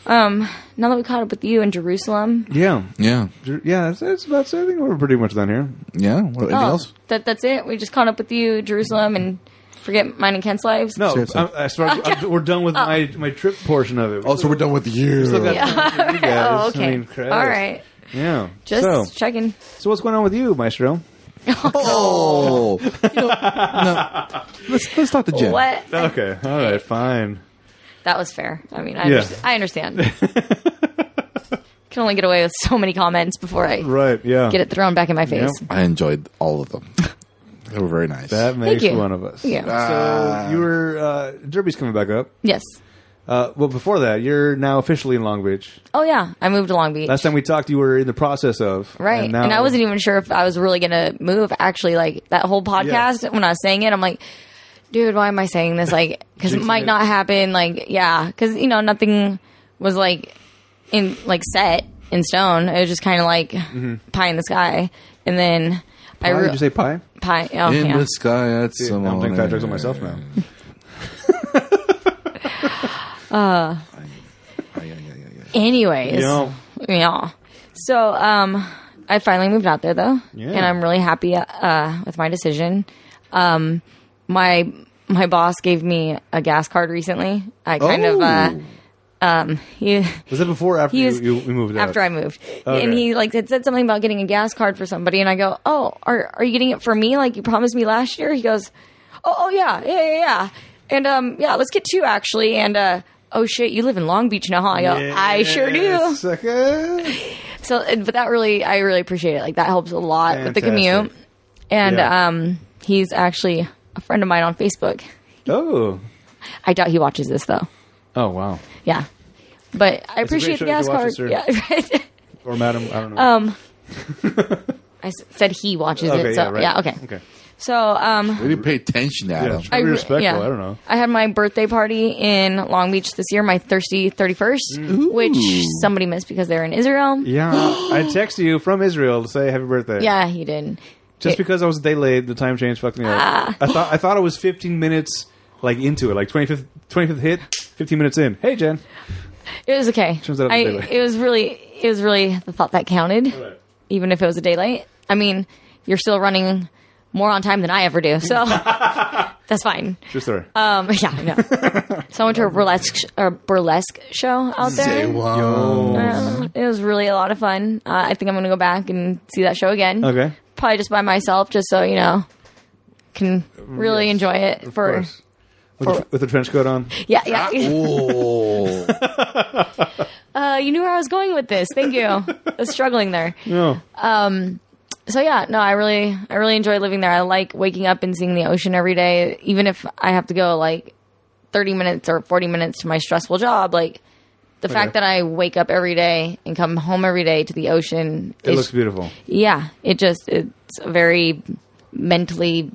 Speaker 4: Um, now that we caught up with you in Jerusalem,
Speaker 2: yeah,
Speaker 3: yeah,
Speaker 2: yeah. That's, that's about. I think we're pretty much done here.
Speaker 3: yeah. What, anything
Speaker 4: oh,
Speaker 3: else?
Speaker 4: that that's it. We just caught up with you, Jerusalem, and forget mine and Kent's lives.
Speaker 2: No,
Speaker 3: Seriously.
Speaker 2: I'm, as far as- I'm- we're done with
Speaker 4: Oh.
Speaker 2: my, my trip portion of it.
Speaker 3: Oh, so we're done with you.
Speaker 2: Still got time for you guys.
Speaker 4: oh,
Speaker 2: I
Speaker 4: okay.
Speaker 2: mean, Christ.
Speaker 4: All right.
Speaker 2: Yeah.
Speaker 4: Just
Speaker 2: so,
Speaker 4: checking.
Speaker 2: so what's going on with you, Maestro?
Speaker 3: Oh, You know, no. Let's let's talk to Jen.
Speaker 4: What?
Speaker 2: Okay. All right. Fine.
Speaker 4: That was fair. I mean, I,
Speaker 2: Yeah.
Speaker 4: understand. I understand. Can only get away with so many comments before I
Speaker 2: Right. Yeah.
Speaker 4: get it thrown back in my face.
Speaker 2: Yep.
Speaker 3: I enjoyed all of them. They were very nice.
Speaker 2: That makes
Speaker 4: you.
Speaker 2: one of us.
Speaker 4: Yeah.
Speaker 2: So you were uh, Derby's coming back up.
Speaker 4: Yes.
Speaker 2: Uh, well, before that, you're now officially in Long Beach.
Speaker 4: Oh yeah, I moved to Long Beach.
Speaker 2: Last time we talked, you were in the process of
Speaker 4: Right. And,
Speaker 2: now-
Speaker 4: I wasn't even sure if I was really going to move. Actually, like that whole podcast, when I was saying it, I'm like, dude, why am I saying this? Like, because it
Speaker 2: Jinxing
Speaker 4: might
Speaker 2: it.
Speaker 4: not happen. Like, yeah. Because, you know, nothing was like in, like set in stone. It was just kind of like pie in the sky. And then I
Speaker 2: Why
Speaker 4: re-
Speaker 2: did you say Mm-hmm. pie?
Speaker 4: pie. Oh,
Speaker 3: In
Speaker 4: yeah.
Speaker 3: the sky at
Speaker 2: Dude,
Speaker 3: some.
Speaker 2: I'm doing fat jokes on
Speaker 3: other-
Speaker 2: myself now.
Speaker 3: Yeah,
Speaker 4: Uh.
Speaker 3: yeah, yeah, yeah.
Speaker 4: Anyways.
Speaker 2: You know,
Speaker 4: Yeah. So, um, I finally moved out there though,
Speaker 2: Yeah.
Speaker 4: and I'm really happy uh, with my decision. Um, my my boss gave me a gas card recently. I kind of uh,
Speaker 3: Oh.
Speaker 4: he
Speaker 2: was that before or after
Speaker 4: he
Speaker 2: you,
Speaker 4: was
Speaker 2: you, you moved out?
Speaker 4: after I moved,
Speaker 2: Okay.
Speaker 4: and he like had said something about getting a gas card for somebody, and I go, "Oh, are are you getting it for me? Like you promised me last year?" He goes, "Oh, oh yeah, yeah, yeah, yeah, and um, yeah, let's get two actually." And uh, oh shit, you live in Long Beach now, huh? I go, "I sure do."
Speaker 2: Second.
Speaker 4: So, and- but that really, I really appreciate it. Like that helps a lot with the commute.
Speaker 2: Fantastic.
Speaker 4: And
Speaker 2: Yeah.
Speaker 4: um, he's actually a friend of mine on Facebook.
Speaker 2: Oh.
Speaker 4: I doubt he watches this though.
Speaker 2: Oh wow.
Speaker 4: Yeah, but I appreciate
Speaker 2: show
Speaker 4: the
Speaker 2: if
Speaker 4: gas
Speaker 2: you watch
Speaker 4: card.
Speaker 2: it,
Speaker 4: Yeah, right.
Speaker 2: Or madam, I don't know.
Speaker 4: Oh, I s- said he watches
Speaker 2: okay.
Speaker 4: it. So
Speaker 2: yeah. Right.
Speaker 4: yeah, okay.
Speaker 2: Okay.
Speaker 4: So um,
Speaker 3: We Oh, didn't pay attention, Adam.
Speaker 2: Yeah. Be
Speaker 4: re-
Speaker 2: respectful, I don't know.
Speaker 4: I had my birthday party in Long Beach this year, my thirsty thirty first, which somebody missed because they're in Israel.
Speaker 2: Mm. Yeah. I texted you from Israel to say happy birthday.
Speaker 4: Yeah, he did.
Speaker 2: Just
Speaker 4: It- Ah.
Speaker 2: because I was a day late, the time change fucked me up. I thought I thought it was 15 minutes like into it, like 25th 25th hit, 15 minutes in. Hey, Jen.
Speaker 4: It was okay.
Speaker 2: Turns out it was
Speaker 4: I,
Speaker 2: a day late.
Speaker 4: it was really, it was really the thought that counted,
Speaker 2: right.
Speaker 4: even if it was a day late. I mean, you're still running more on time than I ever do, so that's fine.
Speaker 2: True story.
Speaker 4: Um, yeah, I know. so I went to a burlesque, sh- a burlesque show out
Speaker 3: Say
Speaker 4: there.
Speaker 3: what?
Speaker 4: Uh, it was really a lot of fun. Uh, I think I'm gonna go back and see that show again.
Speaker 2: okay.
Speaker 4: Probably just by myself, just so you know, can really
Speaker 2: Yes,
Speaker 4: enjoy it
Speaker 2: Of
Speaker 4: for
Speaker 2: course. With, the, with the trench coat on.
Speaker 4: yeah,
Speaker 3: Ah,
Speaker 4: yeah.
Speaker 3: Oh.
Speaker 4: Uh, you knew where I was going with this. Thank you. I was struggling there.
Speaker 2: No.
Speaker 4: so yeah, no, I really, I really enjoy living there. I like waking up and seeing the ocean every day, even if I have to go like 30 minutes or 40 minutes to my stressful job. Like the fact that I wake up every day and come home every day to the ocean.
Speaker 2: it
Speaker 4: is-
Speaker 2: looks beautiful.
Speaker 4: Yeah. It just, it's very mentally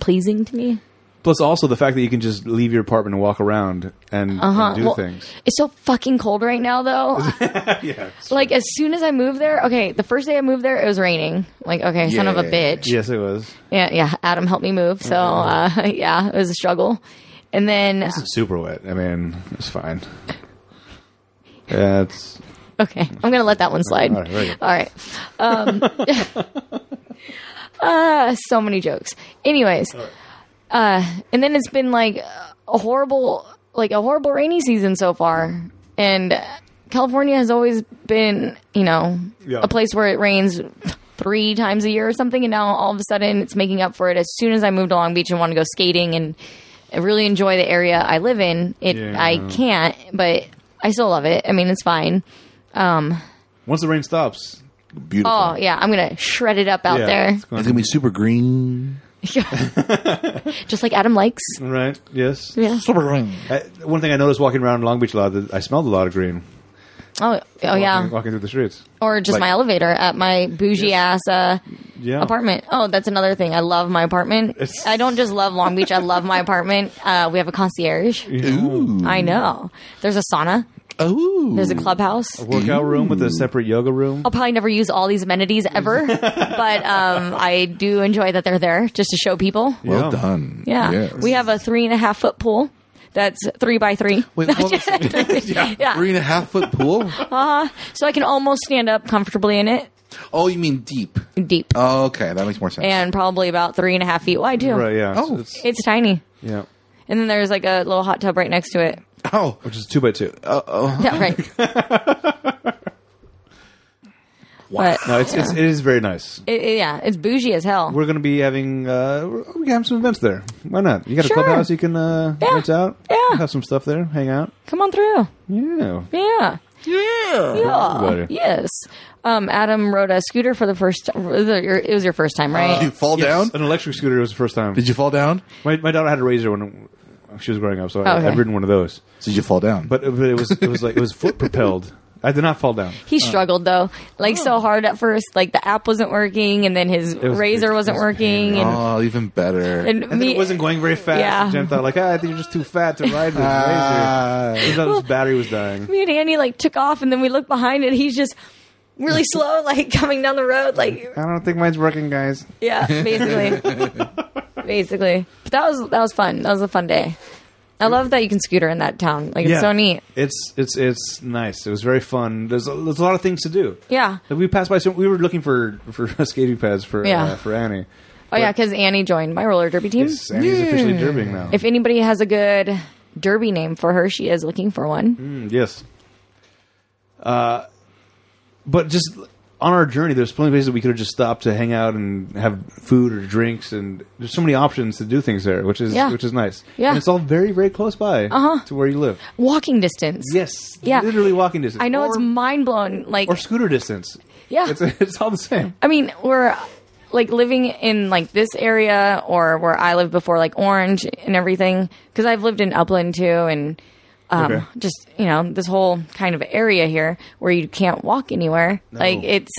Speaker 4: pleasing to me.
Speaker 2: Plus, also the fact that you can just leave your apartment and walk around and, and do
Speaker 4: Uh-huh. Well,
Speaker 2: things.
Speaker 4: It's so fucking cold right now, though.
Speaker 2: Yeah.
Speaker 4: like as soon as I moved there, okay, the first day I moved there, it was raining. Like, okay, son of a
Speaker 3: Yeah.
Speaker 4: bitch.
Speaker 2: Yes, it was.
Speaker 4: Yeah, yeah. Adam helped me move, so uh, yeah, it was a struggle. And then
Speaker 2: Super wet. I mean, it's fine. Yeah, it's
Speaker 4: okay, I'm gonna let that one slide.
Speaker 2: All right, very good.
Speaker 4: All right. Um, uh, so many jokes. Anyways, uh, and then it's been like a horrible, like a horrible rainy season so far, and California has always been, you know,
Speaker 2: Yeah.
Speaker 4: a place where it rains. Three times a year or something, and now all of a sudden it's making up for it. As soon as I moved to Long Beach and want to go skating and I really enjoy the area I live in. It
Speaker 2: Yeah.
Speaker 4: I can't, but I still love it. I mean, it's fine.
Speaker 2: once the rain stops.
Speaker 3: Beautiful.
Speaker 4: Oh yeah, I'm gonna shred it up out
Speaker 2: yeah,
Speaker 4: there,
Speaker 2: it's going-
Speaker 3: It's gonna be super green.
Speaker 4: just like Adam likes.
Speaker 2: right. Yes.
Speaker 4: Yeah,
Speaker 3: Super green.
Speaker 2: I, one thing I noticed walking around Long Beach a lot, that I smelled a lot of green.
Speaker 4: Oh, oh yeah.
Speaker 2: walking, walking through the streets.
Speaker 4: Or just
Speaker 2: Like-
Speaker 4: my elevator at my bougie ass uh,
Speaker 2: Yeah,
Speaker 4: apartment. Oh, that's another thing. I love my apartment.
Speaker 2: It's-
Speaker 4: I don't just love Long Beach. I love my apartment. Uh, we have a concierge.
Speaker 2: Mm.
Speaker 4: I know. There's a sauna.
Speaker 3: Oh,
Speaker 4: There's a clubhouse.
Speaker 2: Workout room with a separate yoga room.
Speaker 4: I'll probably never use all these amenities
Speaker 2: Mm.
Speaker 4: ever, but um, I do enjoy that they're there just to show people.
Speaker 3: well
Speaker 2: Yeah.
Speaker 3: done.
Speaker 4: Yeah.
Speaker 3: Yes.
Speaker 4: We have a three and a half foot pool that's three by three.
Speaker 3: Wait, what was it?
Speaker 4: Yeah.
Speaker 3: Three and a half foot pool.
Speaker 4: So I can almost stand up comfortably in it,
Speaker 3: Oh, you mean deep?
Speaker 4: deep,
Speaker 3: Oh, okay, that makes more sense.
Speaker 4: and probably about three and a half feet wide, too.
Speaker 2: Right. Yeah.
Speaker 3: Oh.
Speaker 2: It's,
Speaker 4: It's tiny.
Speaker 2: yeah.
Speaker 4: And then there's like a little hot tub right next to it.
Speaker 3: oh,
Speaker 2: Which is two by two.
Speaker 4: Yeah, right. But
Speaker 2: No, it's, it's it is very nice.
Speaker 4: it, it- yeah, it's bougie as hell.
Speaker 2: We're going to be having uh, we're going to have some events there. Why not? You got
Speaker 4: Sure.
Speaker 2: a clubhouse you can uh,
Speaker 4: Yeah.
Speaker 2: rent out.
Speaker 4: Yeah.
Speaker 2: Have some stuff there. Hang out.
Speaker 4: Come on through.
Speaker 2: Yeah.
Speaker 4: Yeah.
Speaker 3: yeah.
Speaker 4: Yeah.
Speaker 2: Everybody.
Speaker 4: Yes. Um, Adam rode a scooter for the first. It was your first time, right?
Speaker 2: Oh.
Speaker 3: Did you fall
Speaker 2: Yes,
Speaker 3: down?
Speaker 2: An electric scooter was the first time.
Speaker 3: Did you fall down?
Speaker 2: My, my daughter had a razor when she was growing up, so I,
Speaker 4: Oh, Okay.
Speaker 2: I've ridden one of those.
Speaker 3: Did you fall down?
Speaker 2: But, but it was it was like it was foot propelled. I did not fall down.
Speaker 4: He struggled though, like so hard at first. Like the app wasn't working, and then his
Speaker 2: was-
Speaker 4: razor
Speaker 2: Oh. it
Speaker 4: wasn't
Speaker 2: was
Speaker 4: working,
Speaker 2: pain.
Speaker 4: and,
Speaker 3: oh, even better.
Speaker 4: and
Speaker 2: And then
Speaker 4: me.
Speaker 2: it wasn't going very fast.
Speaker 4: Yeah.
Speaker 2: And Jen thought like, ah, I think you're just too fat to ride this
Speaker 3: Ah.
Speaker 2: razor. Turns out his battery was dying.
Speaker 4: me and Annie like took off, and then we looked behind, and he's just really slow, like coming down the road, like
Speaker 2: I don't think mine's working, guys.
Speaker 4: yeah, basically, basically. But that was that was fun. That was a fun day. I love that you can scooter in that town. Like it's so neat.
Speaker 2: It's it's it's nice. It was very fun. There's a, there's a lot of things to do.
Speaker 4: Yeah.
Speaker 2: Like we passed by some. We were looking for for skating pads for
Speaker 4: Yeah.
Speaker 2: uh, for Annie.
Speaker 4: Oh yeah, because Annie joined my roller derby team.
Speaker 2: Yes, Annie's officially derbying now.
Speaker 4: If anybody has a good derby name for her, she is looking for one.
Speaker 2: Mm, yes. Uh, but just on our journey, there's plenty of places that we could have just stopped to hang out and have food or drinks, and there's so many options to do things there, which is
Speaker 4: Yeah.
Speaker 2: which is nice.
Speaker 4: Yeah.
Speaker 2: and it's all very very close by to where you live.
Speaker 4: Walking distance.
Speaker 2: Yes,
Speaker 4: Yeah.
Speaker 2: literally walking distance.
Speaker 4: I know
Speaker 2: or,
Speaker 4: it's mind blowing. Like,
Speaker 2: or scooter distance.
Speaker 4: Yeah.
Speaker 2: it's it's all the same.
Speaker 4: I mean, we're like living in like this area or where I lived before, like Orange and everything, because I've lived in Upland too, and um,
Speaker 2: Okay.
Speaker 4: just you know this whole kind of area here where you can't walk anywhere. Like it's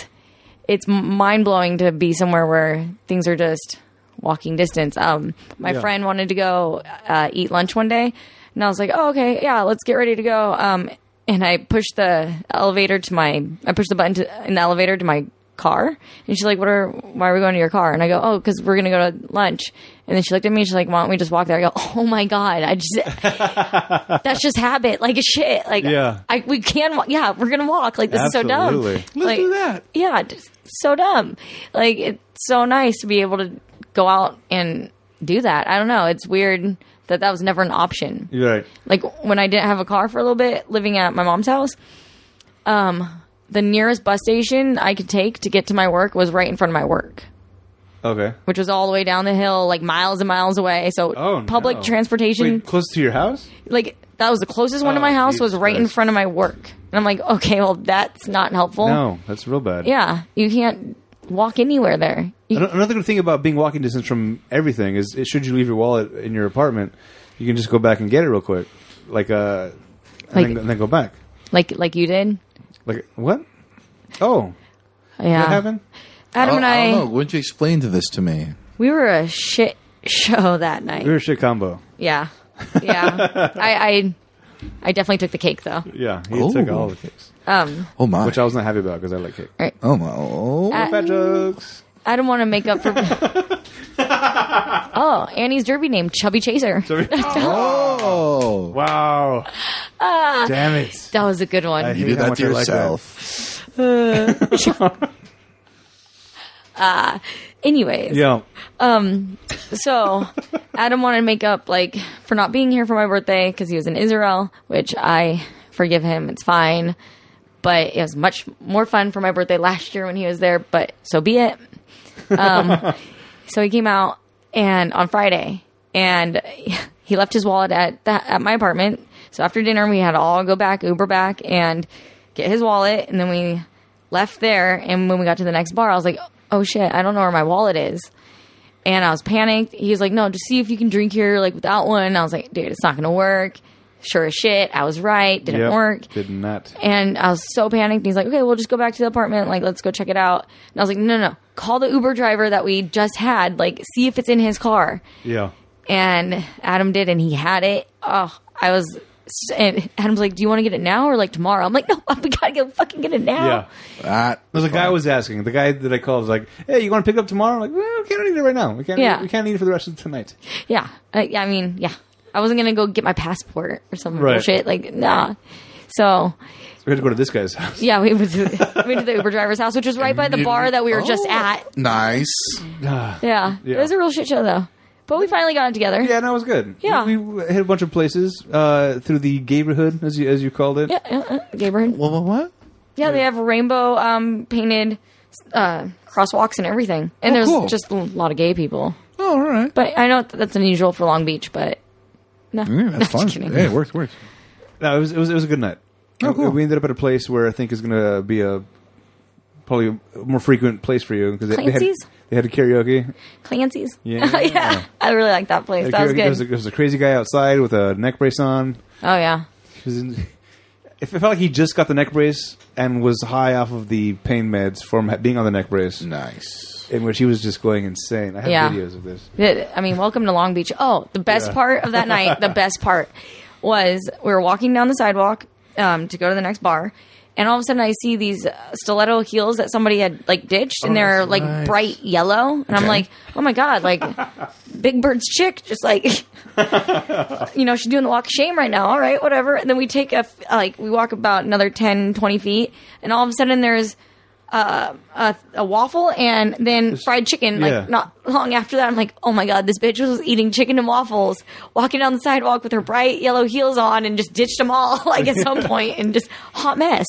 Speaker 4: it's mind blowing to be somewhere where things are just walking distance. Um, my
Speaker 2: Yeah.
Speaker 4: friend wanted to go uh, eat lunch one day, and I was like, "Oh, okay, yeah, let's get ready to go." Um, and I pushed the elevator to my, I pushed the button to, in the elevator to my car, and she's like, "What are? Why are we going to your car?" And I go, "Oh, because we're gonna go to lunch." And then she looked at me, and she's like, "Why don't we just walk there?" I go, "Oh my god, I just that's just habit, like a shit, like
Speaker 2: Yeah.
Speaker 4: I we can, wa- yeah, we're gonna walk, like this
Speaker 2: Absolutely.
Speaker 4: is so dumb, Like,
Speaker 3: that.
Speaker 4: yeah, just so dumb. Like it's so nice to be able to go out and do that. I don't know. It's weird that that was never an option.
Speaker 2: You're right.
Speaker 4: Like when I didn't have a car for a little bit, living at my mom's house, um, the nearest bus station I could take to get to my work was right in front of my work,
Speaker 2: Okay.
Speaker 4: which was all the way down the hill, like miles and miles away. So
Speaker 2: Oh,
Speaker 4: public
Speaker 2: no.
Speaker 4: transportation
Speaker 2: Wait, close to your house.
Speaker 4: like that was the closest one to
Speaker 2: Oh,
Speaker 4: my house was
Speaker 2: Jesus
Speaker 4: right in
Speaker 2: Christ.
Speaker 4: front of my work and i'm like okay well that's not helpful
Speaker 2: No, that's real bad.
Speaker 4: yeah you can't walk anywhere there You-
Speaker 2: Ano- Another good thing about being walking distance from everything is, is should you leave your wallet in your apartment, you can just go back and get it real quick, like uh, and,
Speaker 4: Like-
Speaker 2: then, and then go back.
Speaker 4: like like you did
Speaker 2: Like what? Oh,
Speaker 4: yeah
Speaker 2: what happened?
Speaker 4: adam
Speaker 3: Oh,
Speaker 4: and
Speaker 3: I
Speaker 4: i,
Speaker 3: don't know. Wouldn't you explain to this to me?
Speaker 4: we were a shit show that night
Speaker 2: We were a shit combo.
Speaker 4: yeah yeah I, I i definitely took the cake though
Speaker 2: Yeah, he
Speaker 3: Ooh.
Speaker 2: took all the cakes,
Speaker 4: um
Speaker 3: Oh my.
Speaker 2: which I was not happy about because I like cake.
Speaker 3: oh my. Oh.
Speaker 4: I-
Speaker 2: Fat jokes.
Speaker 4: i don't want to make up for oh annie's derby name chubby chaser
Speaker 3: oh.
Speaker 2: Wow.
Speaker 4: Uh,
Speaker 2: Damn it.
Speaker 4: that was a good one
Speaker 2: I-
Speaker 3: You did
Speaker 2: How
Speaker 3: that
Speaker 2: much
Speaker 3: to
Speaker 2: I like that.
Speaker 3: yourself.
Speaker 4: anyways
Speaker 2: Yeah.
Speaker 4: So, Adam wanted to make up like for not being here for my birthday because he was in Israel, which I forgive him. It's fine, but it was much more fun for my birthday last year when he was there. But so be it. Um, so he came out and on Friday, and he left his wallet at the, at my apartment. So after dinner, we had to all go back, Uber back, and get his wallet, and then we left there. And when we got to the next bar, I was like, "Oh shit, I don't know where my wallet is." and I was panicked. He was like, "No, just see if you can drink here, like without one." I was like, "Dude, it's not gonna work." sure as shit, I was right, didn't
Speaker 2: Yep.
Speaker 4: work.
Speaker 2: Did not.
Speaker 4: And I was so panicked. He's like, okay, we'll just go back to the apartment. Like, let's go check it out. And I was like, no, no, no. Call the Uber driver that we just had. Like, see if it's in his car.
Speaker 2: Yeah.
Speaker 4: And Adam did, and he had it. Oh, I was. And Adam's like, do you want to get it now or like tomorrow? I'm like, no, we gotta go fucking get it now.
Speaker 2: Yeah.
Speaker 3: That
Speaker 2: There's a guy was asking. The guy that I called was like, "Hey, you want to pick it up tomorrow?" I'm like, well, we can't eat it right now. We can't.
Speaker 4: Yeah.
Speaker 2: We can't eat it for the rest of tonight.
Speaker 4: Yeah. I, I mean, yeah. I wasn't gonna go get my passport or some
Speaker 2: Right.
Speaker 4: bullshit. Like, nah. So
Speaker 2: So we had to go to this guy's house.
Speaker 4: yeah, we went to, we went to the Uber driver's house, which was right by the bar that we were just
Speaker 3: Oh.
Speaker 4: at.
Speaker 3: nice.
Speaker 4: Yeah.
Speaker 2: Yeah.
Speaker 4: It was a real shit show though. But we finally got it together.
Speaker 2: Yeah, no, it was good.
Speaker 4: Yeah.
Speaker 2: we, we hit a bunch of places uh, through the gayborhood, as you as you called it.
Speaker 4: Yeah, yeah, uh, Gabriel.
Speaker 3: What? What? What?
Speaker 4: Yeah, they have rainbow um, painted uh, crosswalks and everything. And there's
Speaker 3: Oh, cool.
Speaker 4: just a lot of gay people.
Speaker 3: Oh, all right.
Speaker 4: But I know th- that's unusual for Long Beach, but no.
Speaker 3: Yeah, Mm, that's
Speaker 4: No,
Speaker 3: fine.
Speaker 4: just kidding.
Speaker 3: Yeah, it works. Works.
Speaker 2: No, it was it was it was a good night.
Speaker 3: Oh, cool.
Speaker 2: We ended up at a place where I think is going to be a probably a more frequent place for you because they, they had
Speaker 4: Clancy's?
Speaker 2: they had a karaoke.
Speaker 4: Clancy's.
Speaker 2: Yeah.
Speaker 4: yeah. I really like that place.
Speaker 2: Had
Speaker 4: That was
Speaker 2: karaoke. There was, a,
Speaker 4: good.
Speaker 2: there was a crazy guy outside with a neck brace on.
Speaker 4: Oh, yeah.
Speaker 2: He was in- It felt like he just got the neck brace and was high off of the pain meds from ha- being on the neck brace,
Speaker 3: Nice.
Speaker 2: in which he was just going insane. I have
Speaker 4: Yeah.
Speaker 2: videos of this.
Speaker 4: Th- I mean, welcome to Long Beach. Oh, the best
Speaker 2: Yeah.
Speaker 4: part of that night, the best part was we were walking down the sidewalk um, to go to the next bar, and all of a sudden I see these uh, stiletto heels that somebody had like ditched, and they're
Speaker 3: Oh, that's
Speaker 4: like
Speaker 3: nice.
Speaker 4: bright yellow, and I'm
Speaker 3: Okay.
Speaker 4: like, oh my god, like Big Bird's chick, just like you know, she's doing the walk of shame right now. All right, whatever. And then we take a f- like we walk about another 10, 20 feet, and all of a sudden there's. Uh, a, a waffle and then fried chicken. Like
Speaker 2: yeah.
Speaker 4: not long after that, I'm like, oh my god, this bitch was eating chicken and waffles, walking down the sidewalk with her bright yellow heels on, and just ditched them all like at some point, and just hot mess.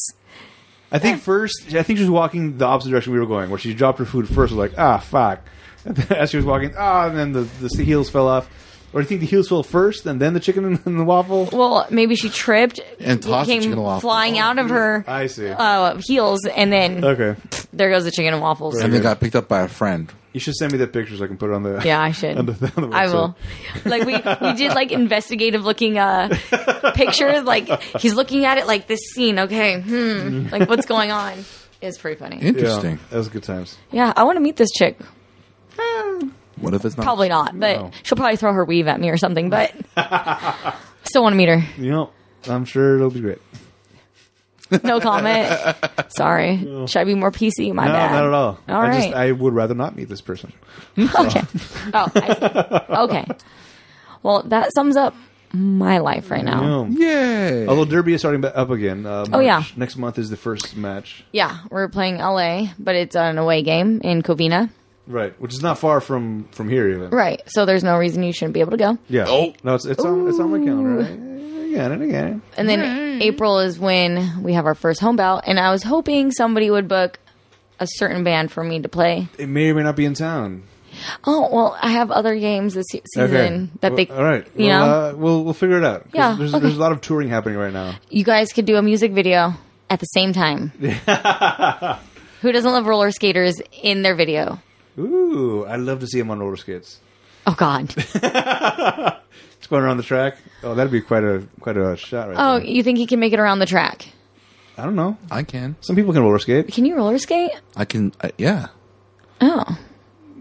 Speaker 2: I think first, I think she was walking the opposite direction we were going, where she dropped her food first. Was like, ah, fuck. And then As she was walking, ah, and then the, the heels fell off. Or do you think the heels fell first, and then the chicken and, and the waffle?
Speaker 4: Well, maybe she tripped
Speaker 3: And tossed the
Speaker 4: came
Speaker 3: chicken and waffles. Oh,
Speaker 4: flying out of her
Speaker 2: I see.
Speaker 4: uh, heels, and then
Speaker 2: okay,
Speaker 4: there goes the chicken and waffles.
Speaker 3: And they got picked up by a friend.
Speaker 2: you should send me the picture so I can put it on the.
Speaker 4: Yeah, I should.
Speaker 2: On the, on the
Speaker 4: I
Speaker 2: website.
Speaker 4: will. Like we we did like investigative looking uh pictures. Like he's looking at it like this scene. Okay, hmm. Like what's going on? It's pretty funny.
Speaker 2: Yeah,
Speaker 3: Interesting.
Speaker 2: that was good times.
Speaker 4: Yeah, I want to meet this chick.
Speaker 3: What if it's not?
Speaker 4: Probably not, but
Speaker 2: No.
Speaker 4: she'll probably throw her weave at me or something. But still want to meet her.
Speaker 2: You know, I'm sure it'll be great.
Speaker 4: No comment. Sorry. Should I be more PC? My
Speaker 2: No,
Speaker 4: bad.
Speaker 2: not at all.
Speaker 4: All
Speaker 2: I
Speaker 4: right.
Speaker 2: just I would rather not meet this person.
Speaker 4: Okay. Oh, I, okay. Well, that sums up my life right now.
Speaker 2: No.
Speaker 3: Yay.
Speaker 2: Although Derby is starting ba- up again. Uh, March.
Speaker 4: Oh. yeah.
Speaker 2: Next month is the first match.
Speaker 4: Yeah, we're playing LA, but it's an away game in Covina.
Speaker 2: Right. Which is not far from from here even.
Speaker 4: Right. So there's no reason you shouldn't be able to go.
Speaker 2: Yeah.
Speaker 3: Oh.
Speaker 2: No, it's it's on it's on my calendar. Again and again.
Speaker 4: And then April is when we have our first home bout. And I was hoping somebody would book a certain band for me to play.
Speaker 2: It may or may not be in town.
Speaker 4: Oh, well, I have other games this se- season that they.
Speaker 2: Well, all right.
Speaker 4: You
Speaker 2: well,
Speaker 4: know,
Speaker 2: uh, we'll we'll figure it out. 'Cause
Speaker 4: Yeah,
Speaker 2: There's,
Speaker 4: okay.
Speaker 2: there's a lot of touring happening right now.
Speaker 4: you guys could do a music video at the same time. Who doesn't love roller skaters in their video?
Speaker 2: Ooh, I'd love to see him on roller skates.
Speaker 4: Oh, God.
Speaker 2: Just going around the track. Oh, that'd be quite a quite a shot right
Speaker 4: Oh,
Speaker 2: there.
Speaker 4: you think he can make it around the track?
Speaker 2: I don't know.
Speaker 3: I can.
Speaker 2: Some people can roller skate.
Speaker 4: Can you roller skate?
Speaker 3: I can. I, yeah.
Speaker 4: Oh.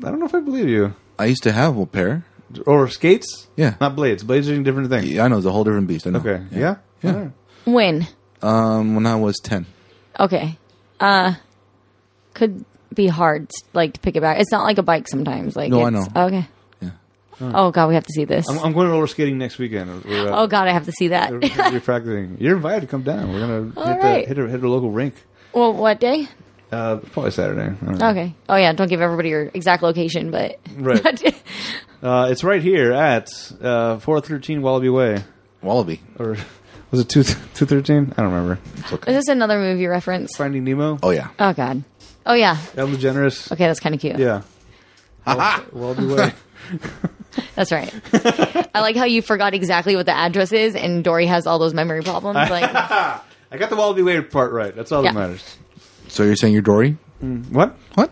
Speaker 2: I don't know if I believe you.
Speaker 3: I used to have a pair.
Speaker 2: Or skates?
Speaker 3: Yeah.
Speaker 2: Not blades. Blades are a different thing.
Speaker 3: Yeah, I know it's a whole different beast. I know.
Speaker 2: Okay. Yeah.
Speaker 3: Yeah.
Speaker 2: All right.
Speaker 4: When?
Speaker 3: Um, when I was ten.
Speaker 4: Okay. Uh could be hard like to pick it back. It's not like a bike sometimes. Like
Speaker 3: No, I
Speaker 4: it's-
Speaker 3: know.
Speaker 4: Okay.
Speaker 3: Yeah.
Speaker 4: Oh god, we have to see this.
Speaker 2: I'm, I'm going roller skating next weekend. We're, uh,
Speaker 4: oh god, I have to see that.
Speaker 2: we're- we're practicing. You're invited to come down. We're gonna
Speaker 4: All
Speaker 2: hit,
Speaker 4: right.
Speaker 2: the, hit, a, hit a local rink.
Speaker 4: well, what day?
Speaker 2: Uh, probably Saturday. I don't know.
Speaker 4: Okay. Oh yeah, don't give everybody your exact location, but
Speaker 2: Right. Uh, it's right here at uh, 413 Wallaby Way,
Speaker 3: Wallaby.
Speaker 2: or was it two 213? I don't remember.
Speaker 3: It's okay.
Speaker 4: Is this another movie reference?
Speaker 2: Finding Nemo.
Speaker 3: Oh yeah.
Speaker 4: Oh god. Oh yeah.
Speaker 2: Ellen DeGeneres.
Speaker 4: Okay, that's kind of cute.
Speaker 2: Yeah. Wall- Wallaby Way.
Speaker 4: That's right. I like how you forgot exactly what the address is, and Dory has all those memory problems. Like,
Speaker 2: I got the Wallaby Way part right. That's all
Speaker 4: Yeah.
Speaker 2: that matters.
Speaker 3: So you're saying you're Dory?
Speaker 2: What?
Speaker 3: What?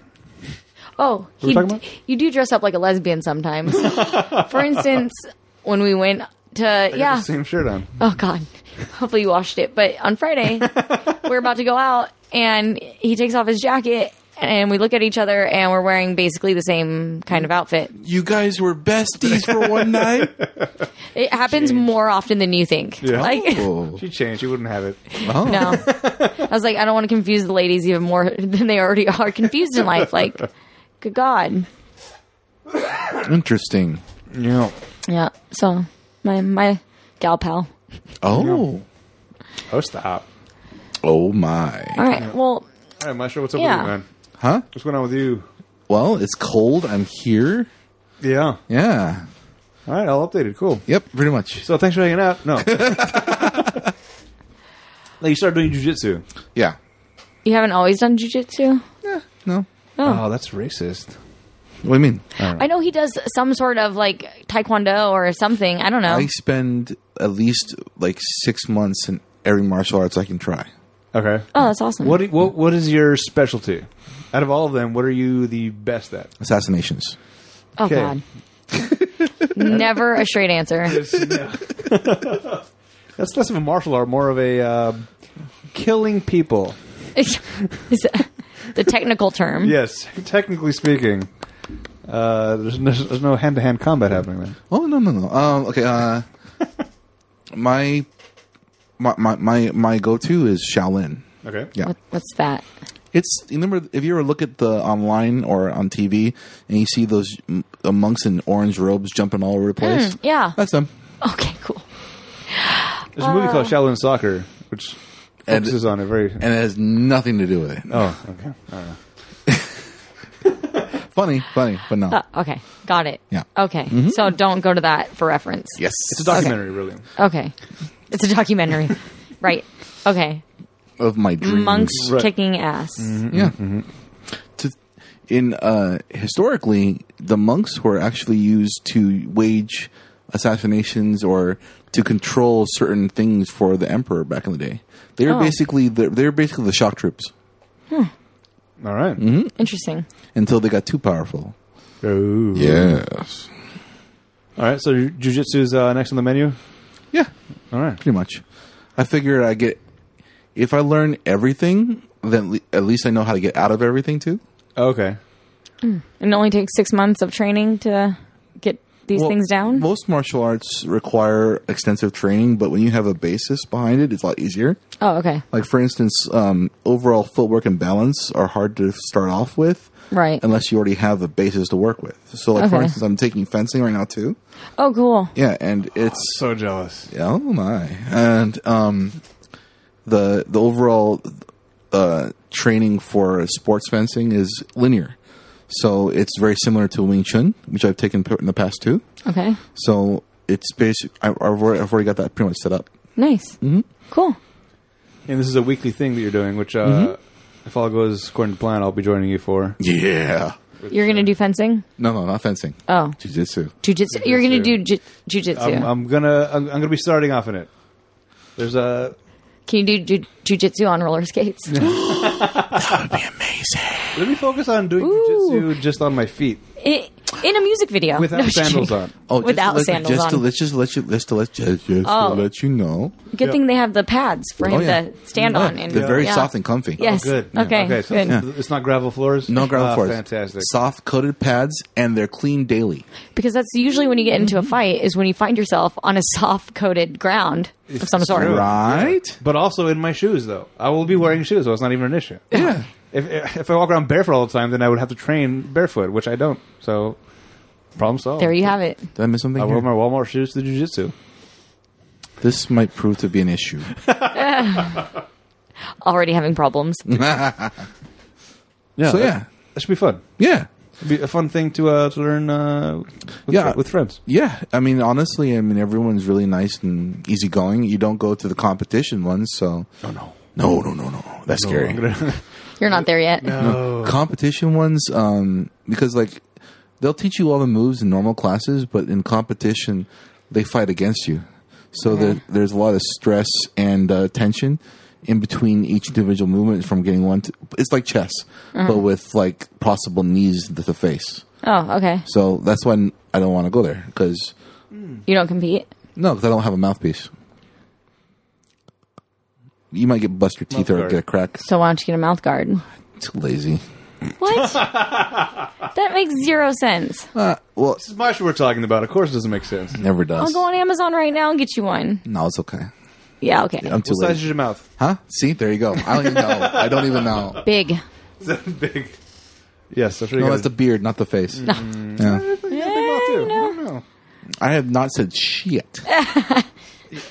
Speaker 4: oh,
Speaker 2: we
Speaker 4: he,
Speaker 2: talking about?
Speaker 4: you do dress up like a lesbian sometimes. For instance, when we went to
Speaker 2: I got
Speaker 4: yeah.
Speaker 2: the same shirt on.
Speaker 4: Oh God. Hopefully you washed it. But on Friday, we're about to go out, and he takes off his jacket, and we look at each other, and we're wearing basically the same kind of outfit.
Speaker 5: You guys were besties for one night.
Speaker 4: It happens more often than you think.
Speaker 2: Yeah.
Speaker 4: Like.
Speaker 3: Oh,
Speaker 2: She changed. She wouldn't have it.
Speaker 3: oh.
Speaker 4: No. I was like, I don't want to confuse the ladies even more than they already are confused in life. Like, good God.
Speaker 3: interesting.
Speaker 2: Yeah.
Speaker 4: Yeah. So, my my gal pal.
Speaker 3: Oh,
Speaker 2: Oh, stop.
Speaker 3: oh my,
Speaker 4: All right. Well,
Speaker 2: All right, Maestro, what's up
Speaker 4: Yeah.
Speaker 2: with you, man?
Speaker 3: huh?
Speaker 2: What's going on with you?
Speaker 3: Well, it's cold. I'm here.
Speaker 2: Yeah.
Speaker 3: Yeah.
Speaker 2: All right, all updated. Cool.
Speaker 3: Yep. Pretty much.
Speaker 2: So thanks for hanging out. No. like you started doing jujitsu.
Speaker 3: Yeah.
Speaker 4: you haven't always done jujitsu.
Speaker 3: No.
Speaker 2: Oh. that's racist.
Speaker 3: What do you mean?
Speaker 4: I know he does some sort of like taekwondo or something. I um, don't know.
Speaker 3: I spend at least like six months in every martial arts I can try.
Speaker 2: Okay.
Speaker 4: oh, that's awesome.
Speaker 2: What, do- what what is your specialty? Out of all of them, what are you the best at?
Speaker 3: Assassinations.
Speaker 4: oh
Speaker 2: okay.
Speaker 4: God. Never a straight answer.
Speaker 2: That's less of a martial art, more of a uh, killing people.
Speaker 4: Is that the technical term.
Speaker 2: Yes, technically speaking, uh, there's no, there's no hand-to-hand combat happening there.
Speaker 3: Oh no no no. Um, okay. Uh, my my my my, my go to is Shaolin.
Speaker 2: Okay.
Speaker 3: Yeah.
Speaker 4: What, what's that?
Speaker 3: It's you remember if you ever look at the online or on TV and you see those m- uh, monks in orange robes jumping all over the place.
Speaker 4: Mm, yeah.
Speaker 3: that's them.
Speaker 4: Okay, cool.
Speaker 2: There's a movie called Shaolin Soccer, which
Speaker 3: And-
Speaker 2: focuses on it very.
Speaker 3: And it has nothing to do with it.
Speaker 2: oh, okay. All right.
Speaker 3: Funny, funny, but no.
Speaker 4: Uh, okay, got it.
Speaker 3: Yeah.
Speaker 4: Okay, so don't go to that for reference.
Speaker 3: yes,
Speaker 2: It's a documentary, really.
Speaker 4: Okay. It's a documentary. right. Okay.
Speaker 3: of my dreams.
Speaker 4: Monks
Speaker 2: Right.
Speaker 4: kicking ass.
Speaker 3: yeah. Mm-hmm. To, in uh, historically, the monks were actually used to wage assassinations or to control certain things for the emperor back in the day. They were
Speaker 4: Oh.
Speaker 3: basically the, they were basically the shock troops
Speaker 2: All right.
Speaker 4: Interesting.
Speaker 3: until they got too powerful.
Speaker 2: Ooh.
Speaker 3: Yes.
Speaker 2: All right. So ju- jujitsu is uh, next on the menu.
Speaker 3: Yeah.
Speaker 2: All right.
Speaker 3: Pretty much. I figured I get if I learn everything, then le- at least I know how to get out of everything too.
Speaker 2: Okay.
Speaker 4: And it only takes six months of training to get these
Speaker 3: Well,
Speaker 4: things down.
Speaker 3: Most martial arts require extensive training, but when you have a basis behind it, it's a lot easier.
Speaker 4: oh, okay.
Speaker 3: Like for instance, um, overall footwork and balance are hard to start off with,
Speaker 4: Right.
Speaker 3: Unless you already have a basis to work with. So, like for
Speaker 4: Okay.
Speaker 3: instance, I'm taking fencing right now too.
Speaker 4: Oh, cool.
Speaker 3: Yeah, and it's
Speaker 2: So jealous.
Speaker 3: Oh my! And um, the the overall uh, training for sports fencing is linear, so it's very similar to Wing Chun, which I've taken part in the past too.
Speaker 4: Okay.
Speaker 3: So it's basic. I- I've already, I've already got that pretty much set up.
Speaker 4: Nice. Mm-hmm. Cool.
Speaker 2: And this is a weekly thing that you're doing, which, uh,
Speaker 4: Mm-hmm.
Speaker 2: if all goes according to plan, I'll be joining you for.
Speaker 3: Yeah.
Speaker 4: You're going to do fencing?
Speaker 3: No, no, not fencing.
Speaker 4: Oh.
Speaker 3: Jiu-jitsu.
Speaker 4: Jiu-jitsu. You're going to do ju- jiu-jitsu.
Speaker 2: I'm, I'm gonna I'm, I'm gonna be starting off in it. There's a
Speaker 4: Can you do ju- jiu-jitsu on roller skates?
Speaker 2: let me focus on doing
Speaker 4: Ooh.
Speaker 2: jujitsu just on my feet
Speaker 4: I- in a music video.
Speaker 2: without
Speaker 4: No, I'm just
Speaker 2: sandals
Speaker 4: kidding.
Speaker 2: on.
Speaker 3: Oh, just
Speaker 4: Without
Speaker 3: to let,
Speaker 4: sandals
Speaker 3: just To,
Speaker 4: on.
Speaker 3: let's just let you just to let just, just
Speaker 4: Oh.
Speaker 3: to let you know.
Speaker 4: Good thing they have the pads for him
Speaker 3: Oh, yeah.
Speaker 4: to stand on. And,
Speaker 3: They're very
Speaker 4: yeah.
Speaker 3: soft and comfy.
Speaker 4: Yes.
Speaker 2: Oh, Good.
Speaker 4: Okay.
Speaker 2: Okay. So
Speaker 4: good.
Speaker 2: it's not gravel floors.
Speaker 3: No ground
Speaker 2: Ah,
Speaker 3: floors.
Speaker 2: Fantastic.
Speaker 3: Soft coated pads, and they're clean daily.
Speaker 4: because that's usually when you get
Speaker 3: Mm-hmm.
Speaker 4: into a fight is when you find yourself on a soft coated ground of some sort.
Speaker 2: true.
Speaker 3: Right?
Speaker 2: But also in my shoes, though. I will be wearing shoes, so it's not even an issue.
Speaker 3: Yeah.
Speaker 2: If if I walk around barefoot all the time, then I would have to train barefoot, which I don't. So problem solved.
Speaker 4: There you have it.
Speaker 3: Did I miss something?
Speaker 2: I
Speaker 3: here?
Speaker 2: wore my Walmart shoes to jujitsu.
Speaker 3: This might prove to be an issue.
Speaker 4: Already having problems.
Speaker 2: Yeah.
Speaker 3: So,
Speaker 2: that-
Speaker 3: yeah.
Speaker 2: that should be fun.
Speaker 3: yeah.
Speaker 2: It'd be a fun thing to uh, to learn. Uh, with,
Speaker 3: Yeah.
Speaker 2: with friends.
Speaker 3: Yeah. I mean, honestly, I mean, everyone's really nice and easygoing. You don't go to the competition ones, so.
Speaker 2: Oh no. Oh,
Speaker 3: No, no, no, no. That's scary.
Speaker 2: I'm gonna-
Speaker 4: You're not there yet. Oh.
Speaker 3: Competition ones, um, because, like, they'll teach you all the moves in normal classes, but in competition, they fight against you. So there, there's a lot of stress and uh, tension in between each individual movement from getting one to. It's like chess,
Speaker 4: Mm-hmm.
Speaker 3: but with, like, possible knees to the face.
Speaker 4: Oh, okay.
Speaker 3: So that's when I don't want to go there because
Speaker 4: You don't compete.
Speaker 3: No, because I don't have a mouthpiece. You might get bust your teeth or
Speaker 2: guard.
Speaker 3: get a crack.
Speaker 4: So why don't you get a mouth guard?
Speaker 3: Too lazy.
Speaker 4: What? that makes zero sense.
Speaker 3: Uh, well, it
Speaker 2: This is my show we're talking about. Of course, it doesn't make sense.
Speaker 3: never
Speaker 4: I'll
Speaker 3: does.
Speaker 4: go on Amazon right now and get you one.
Speaker 3: No, it's okay.
Speaker 4: Yeah, okay.
Speaker 3: I'm too
Speaker 2: What size is
Speaker 3: lazy.
Speaker 2: your mouth?
Speaker 3: Huh? See, there you go. I don't even know. I don't even know.
Speaker 4: Big.
Speaker 2: Is that big? Yes, I'm sure you
Speaker 3: No,
Speaker 2: got
Speaker 3: that's the
Speaker 2: a-
Speaker 3: beard, not the face. Yeah.
Speaker 2: you got a big mouth too.
Speaker 3: I have not said shit.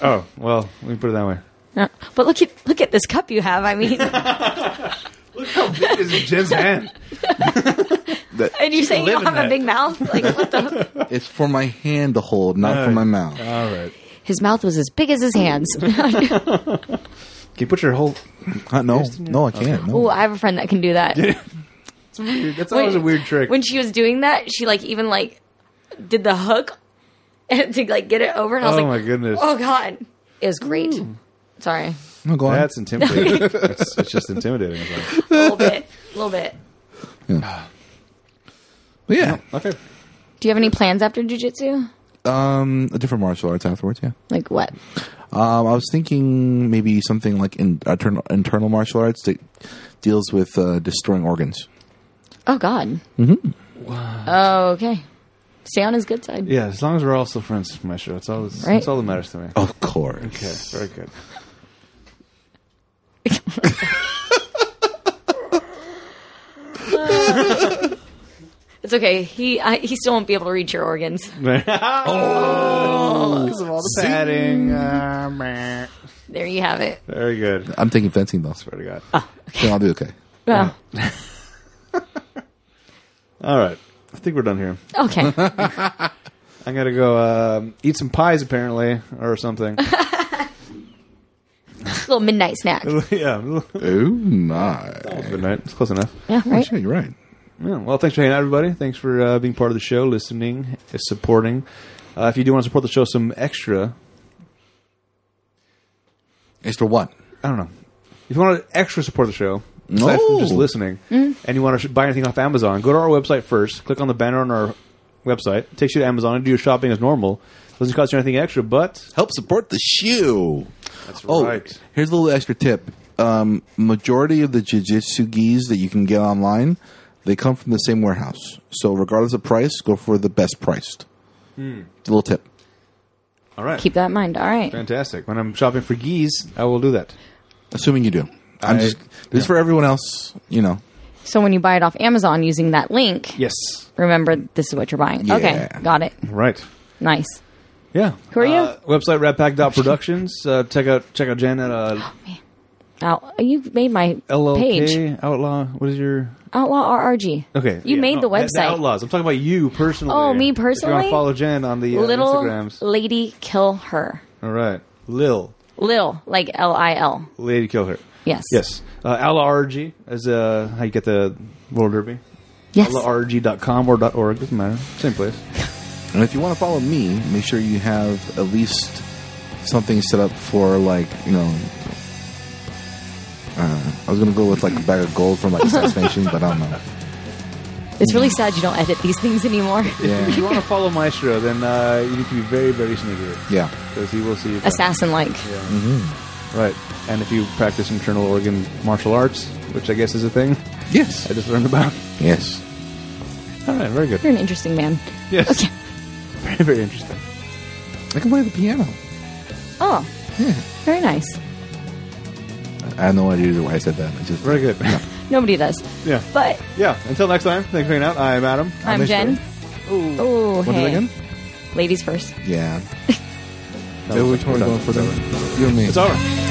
Speaker 2: Oh well, let me put it that way.
Speaker 4: No, Uh, But look at look at this cup you have. I mean,
Speaker 2: Look how big is Jen's hand.
Speaker 4: and you're saying you
Speaker 2: live
Speaker 4: don't
Speaker 2: in
Speaker 4: have a
Speaker 2: that.
Speaker 4: big mouth? Like what the?
Speaker 3: It's for my hand to hold, not for my mouth.
Speaker 2: All right.
Speaker 4: His mouth was as big as his hands.
Speaker 2: Can you put your whole?
Speaker 3: Uh, no, no, I can't.
Speaker 4: Ooh,
Speaker 3: No.
Speaker 4: I have a friend that can do that.
Speaker 2: It's weird. That's always a weird trick.
Speaker 4: When she was doing that, she like even like did the hook to like get it over, and I
Speaker 2: oh
Speaker 4: was
Speaker 2: my
Speaker 4: like,
Speaker 2: goodness, Hmm.
Speaker 4: "Oh God, it was great." Sorry,
Speaker 3: No, go on.
Speaker 2: that's intimidating. it's, it's just intimidating. It's like,
Speaker 4: a little bit, a little bit.
Speaker 3: But yeah,
Speaker 2: okay.
Speaker 4: Do you have any plans after jujitsu?
Speaker 3: um, a different martial arts afterwards. Yeah.
Speaker 4: Like what?
Speaker 3: Um, I was thinking maybe something like in, internal, internal martial arts that deals with uh, destroying organs.
Speaker 4: Oh God. Mm-hmm. Oh, okay. Stay on his good side.
Speaker 2: Yeah, as long as we're all still friends, my show. That's all. That's,
Speaker 4: Right.
Speaker 2: that's all that matters to me.
Speaker 3: Of course.
Speaker 2: Okay, very good.
Speaker 4: It's okay. He I, he still won't be able to reach your organs.
Speaker 2: Because of all the padding. Uh, meh.
Speaker 4: There you have it.
Speaker 2: very good.
Speaker 3: I'm thinking fencing though.
Speaker 2: Swear to God.
Speaker 3: Then I'll be okay.
Speaker 4: Well,
Speaker 2: All right, I think we're done here.
Speaker 4: okay.
Speaker 2: I gotta go um, eat some pies apparently or something.
Speaker 4: little midnight snack.
Speaker 2: yeah,
Speaker 3: Oh my!
Speaker 2: good night. It's close enough.
Speaker 4: Yeah, right.
Speaker 3: Sure, you're right.
Speaker 2: Yeah, well, thanks for hanging out, everybody. Thanks for uh, being part of the show, listening, uh, supporting. Uh, if you do want to support the show, some extra.
Speaker 3: Extra what?
Speaker 2: I don't know. If you want to extra support the show, aside from
Speaker 3: No.
Speaker 2: just listening,
Speaker 4: Mm.
Speaker 2: and you want to sh- buy anything off Amazon, go to our website first. Click on the banner on our website. It takes you to Amazon and do your shopping as normal. Doesn't cost you anything extra, but
Speaker 3: Help support the shoe.
Speaker 2: that's
Speaker 3: Oh, here's a little extra tip. Um, majority of the jujitsu gis that you can get online, they come from the same warehouse. So regardless of price, go for the best priced.
Speaker 2: Hmm.
Speaker 3: Little tip.
Speaker 2: All right,
Speaker 4: Keep that in mind. All right.
Speaker 2: fantastic. When I'm shopping for geese, I will do that.
Speaker 3: Assuming you do. I'm
Speaker 2: I-
Speaker 3: just this is for everyone else. You know.
Speaker 4: So when you buy it off Amazon using that link,
Speaker 2: Yes,
Speaker 4: remember this is what you're buying. Okay,
Speaker 3: Yeah.
Speaker 4: got it.
Speaker 2: right.
Speaker 4: Nice.
Speaker 2: Yeah.
Speaker 4: Who are you?
Speaker 2: Uh, website ratpack.productions. Uh, check out check out Jen at uh,
Speaker 4: Now you made my
Speaker 2: LLK
Speaker 4: page Oh,
Speaker 2: Outlaw. What is your
Speaker 4: Outlaw RRG.
Speaker 2: okay?
Speaker 4: You made the
Speaker 2: that-
Speaker 4: website.
Speaker 2: Outlaws. I'm talking about you personally.
Speaker 4: Oh, me
Speaker 2: If you want
Speaker 4: personally?
Speaker 2: to follow Jen on the uh,
Speaker 4: Little
Speaker 2: Instagrams.
Speaker 4: lady kill her.
Speaker 2: All right, Lil
Speaker 4: Lil like L I L.
Speaker 2: Lady Kill Her.
Speaker 4: Yes.
Speaker 2: Yes, uh, Outlaw RG is uh, how you get the World Derby.
Speaker 4: Yes.
Speaker 2: OutlawRG.com or .org doesn't matter. Same place.
Speaker 3: And if you want to follow me, make sure you have at least something set up for like you know. Uh, I was gonna go with like a bag of gold from like assassination, but I don't know.
Speaker 4: It's really sad you don't edit these things anymore.
Speaker 2: If you
Speaker 3: Yeah,
Speaker 2: want to follow Maestro, then uh, you need to be very very sneaky
Speaker 3: yeah.
Speaker 2: because he will see you.
Speaker 4: Assassin like.
Speaker 2: Right, and if you practice internal organ martial arts, which I guess is a thing I
Speaker 3: Yes,
Speaker 2: just learned about.
Speaker 3: yes.
Speaker 2: All right, very good.
Speaker 4: You're an interesting man.
Speaker 2: Yes,
Speaker 4: Okay.
Speaker 2: very very interesting.
Speaker 3: I can play the piano.
Speaker 4: Oh. Very nice.
Speaker 3: I have no idea why I said that. I just
Speaker 2: Very good.
Speaker 4: Nobody does.
Speaker 2: Yeah.
Speaker 4: But
Speaker 2: yeah. Until next time, thanks for hanging out. I'm Adam.
Speaker 4: I'm,
Speaker 3: Mr.
Speaker 4: Jen. Oh,
Speaker 3: What is it
Speaker 4: hey.
Speaker 3: again?
Speaker 4: Ladies first.
Speaker 3: Yeah.
Speaker 2: No,
Speaker 3: Which one are we
Speaker 2: we're done.
Speaker 3: going for? That? You and me.
Speaker 2: It's over.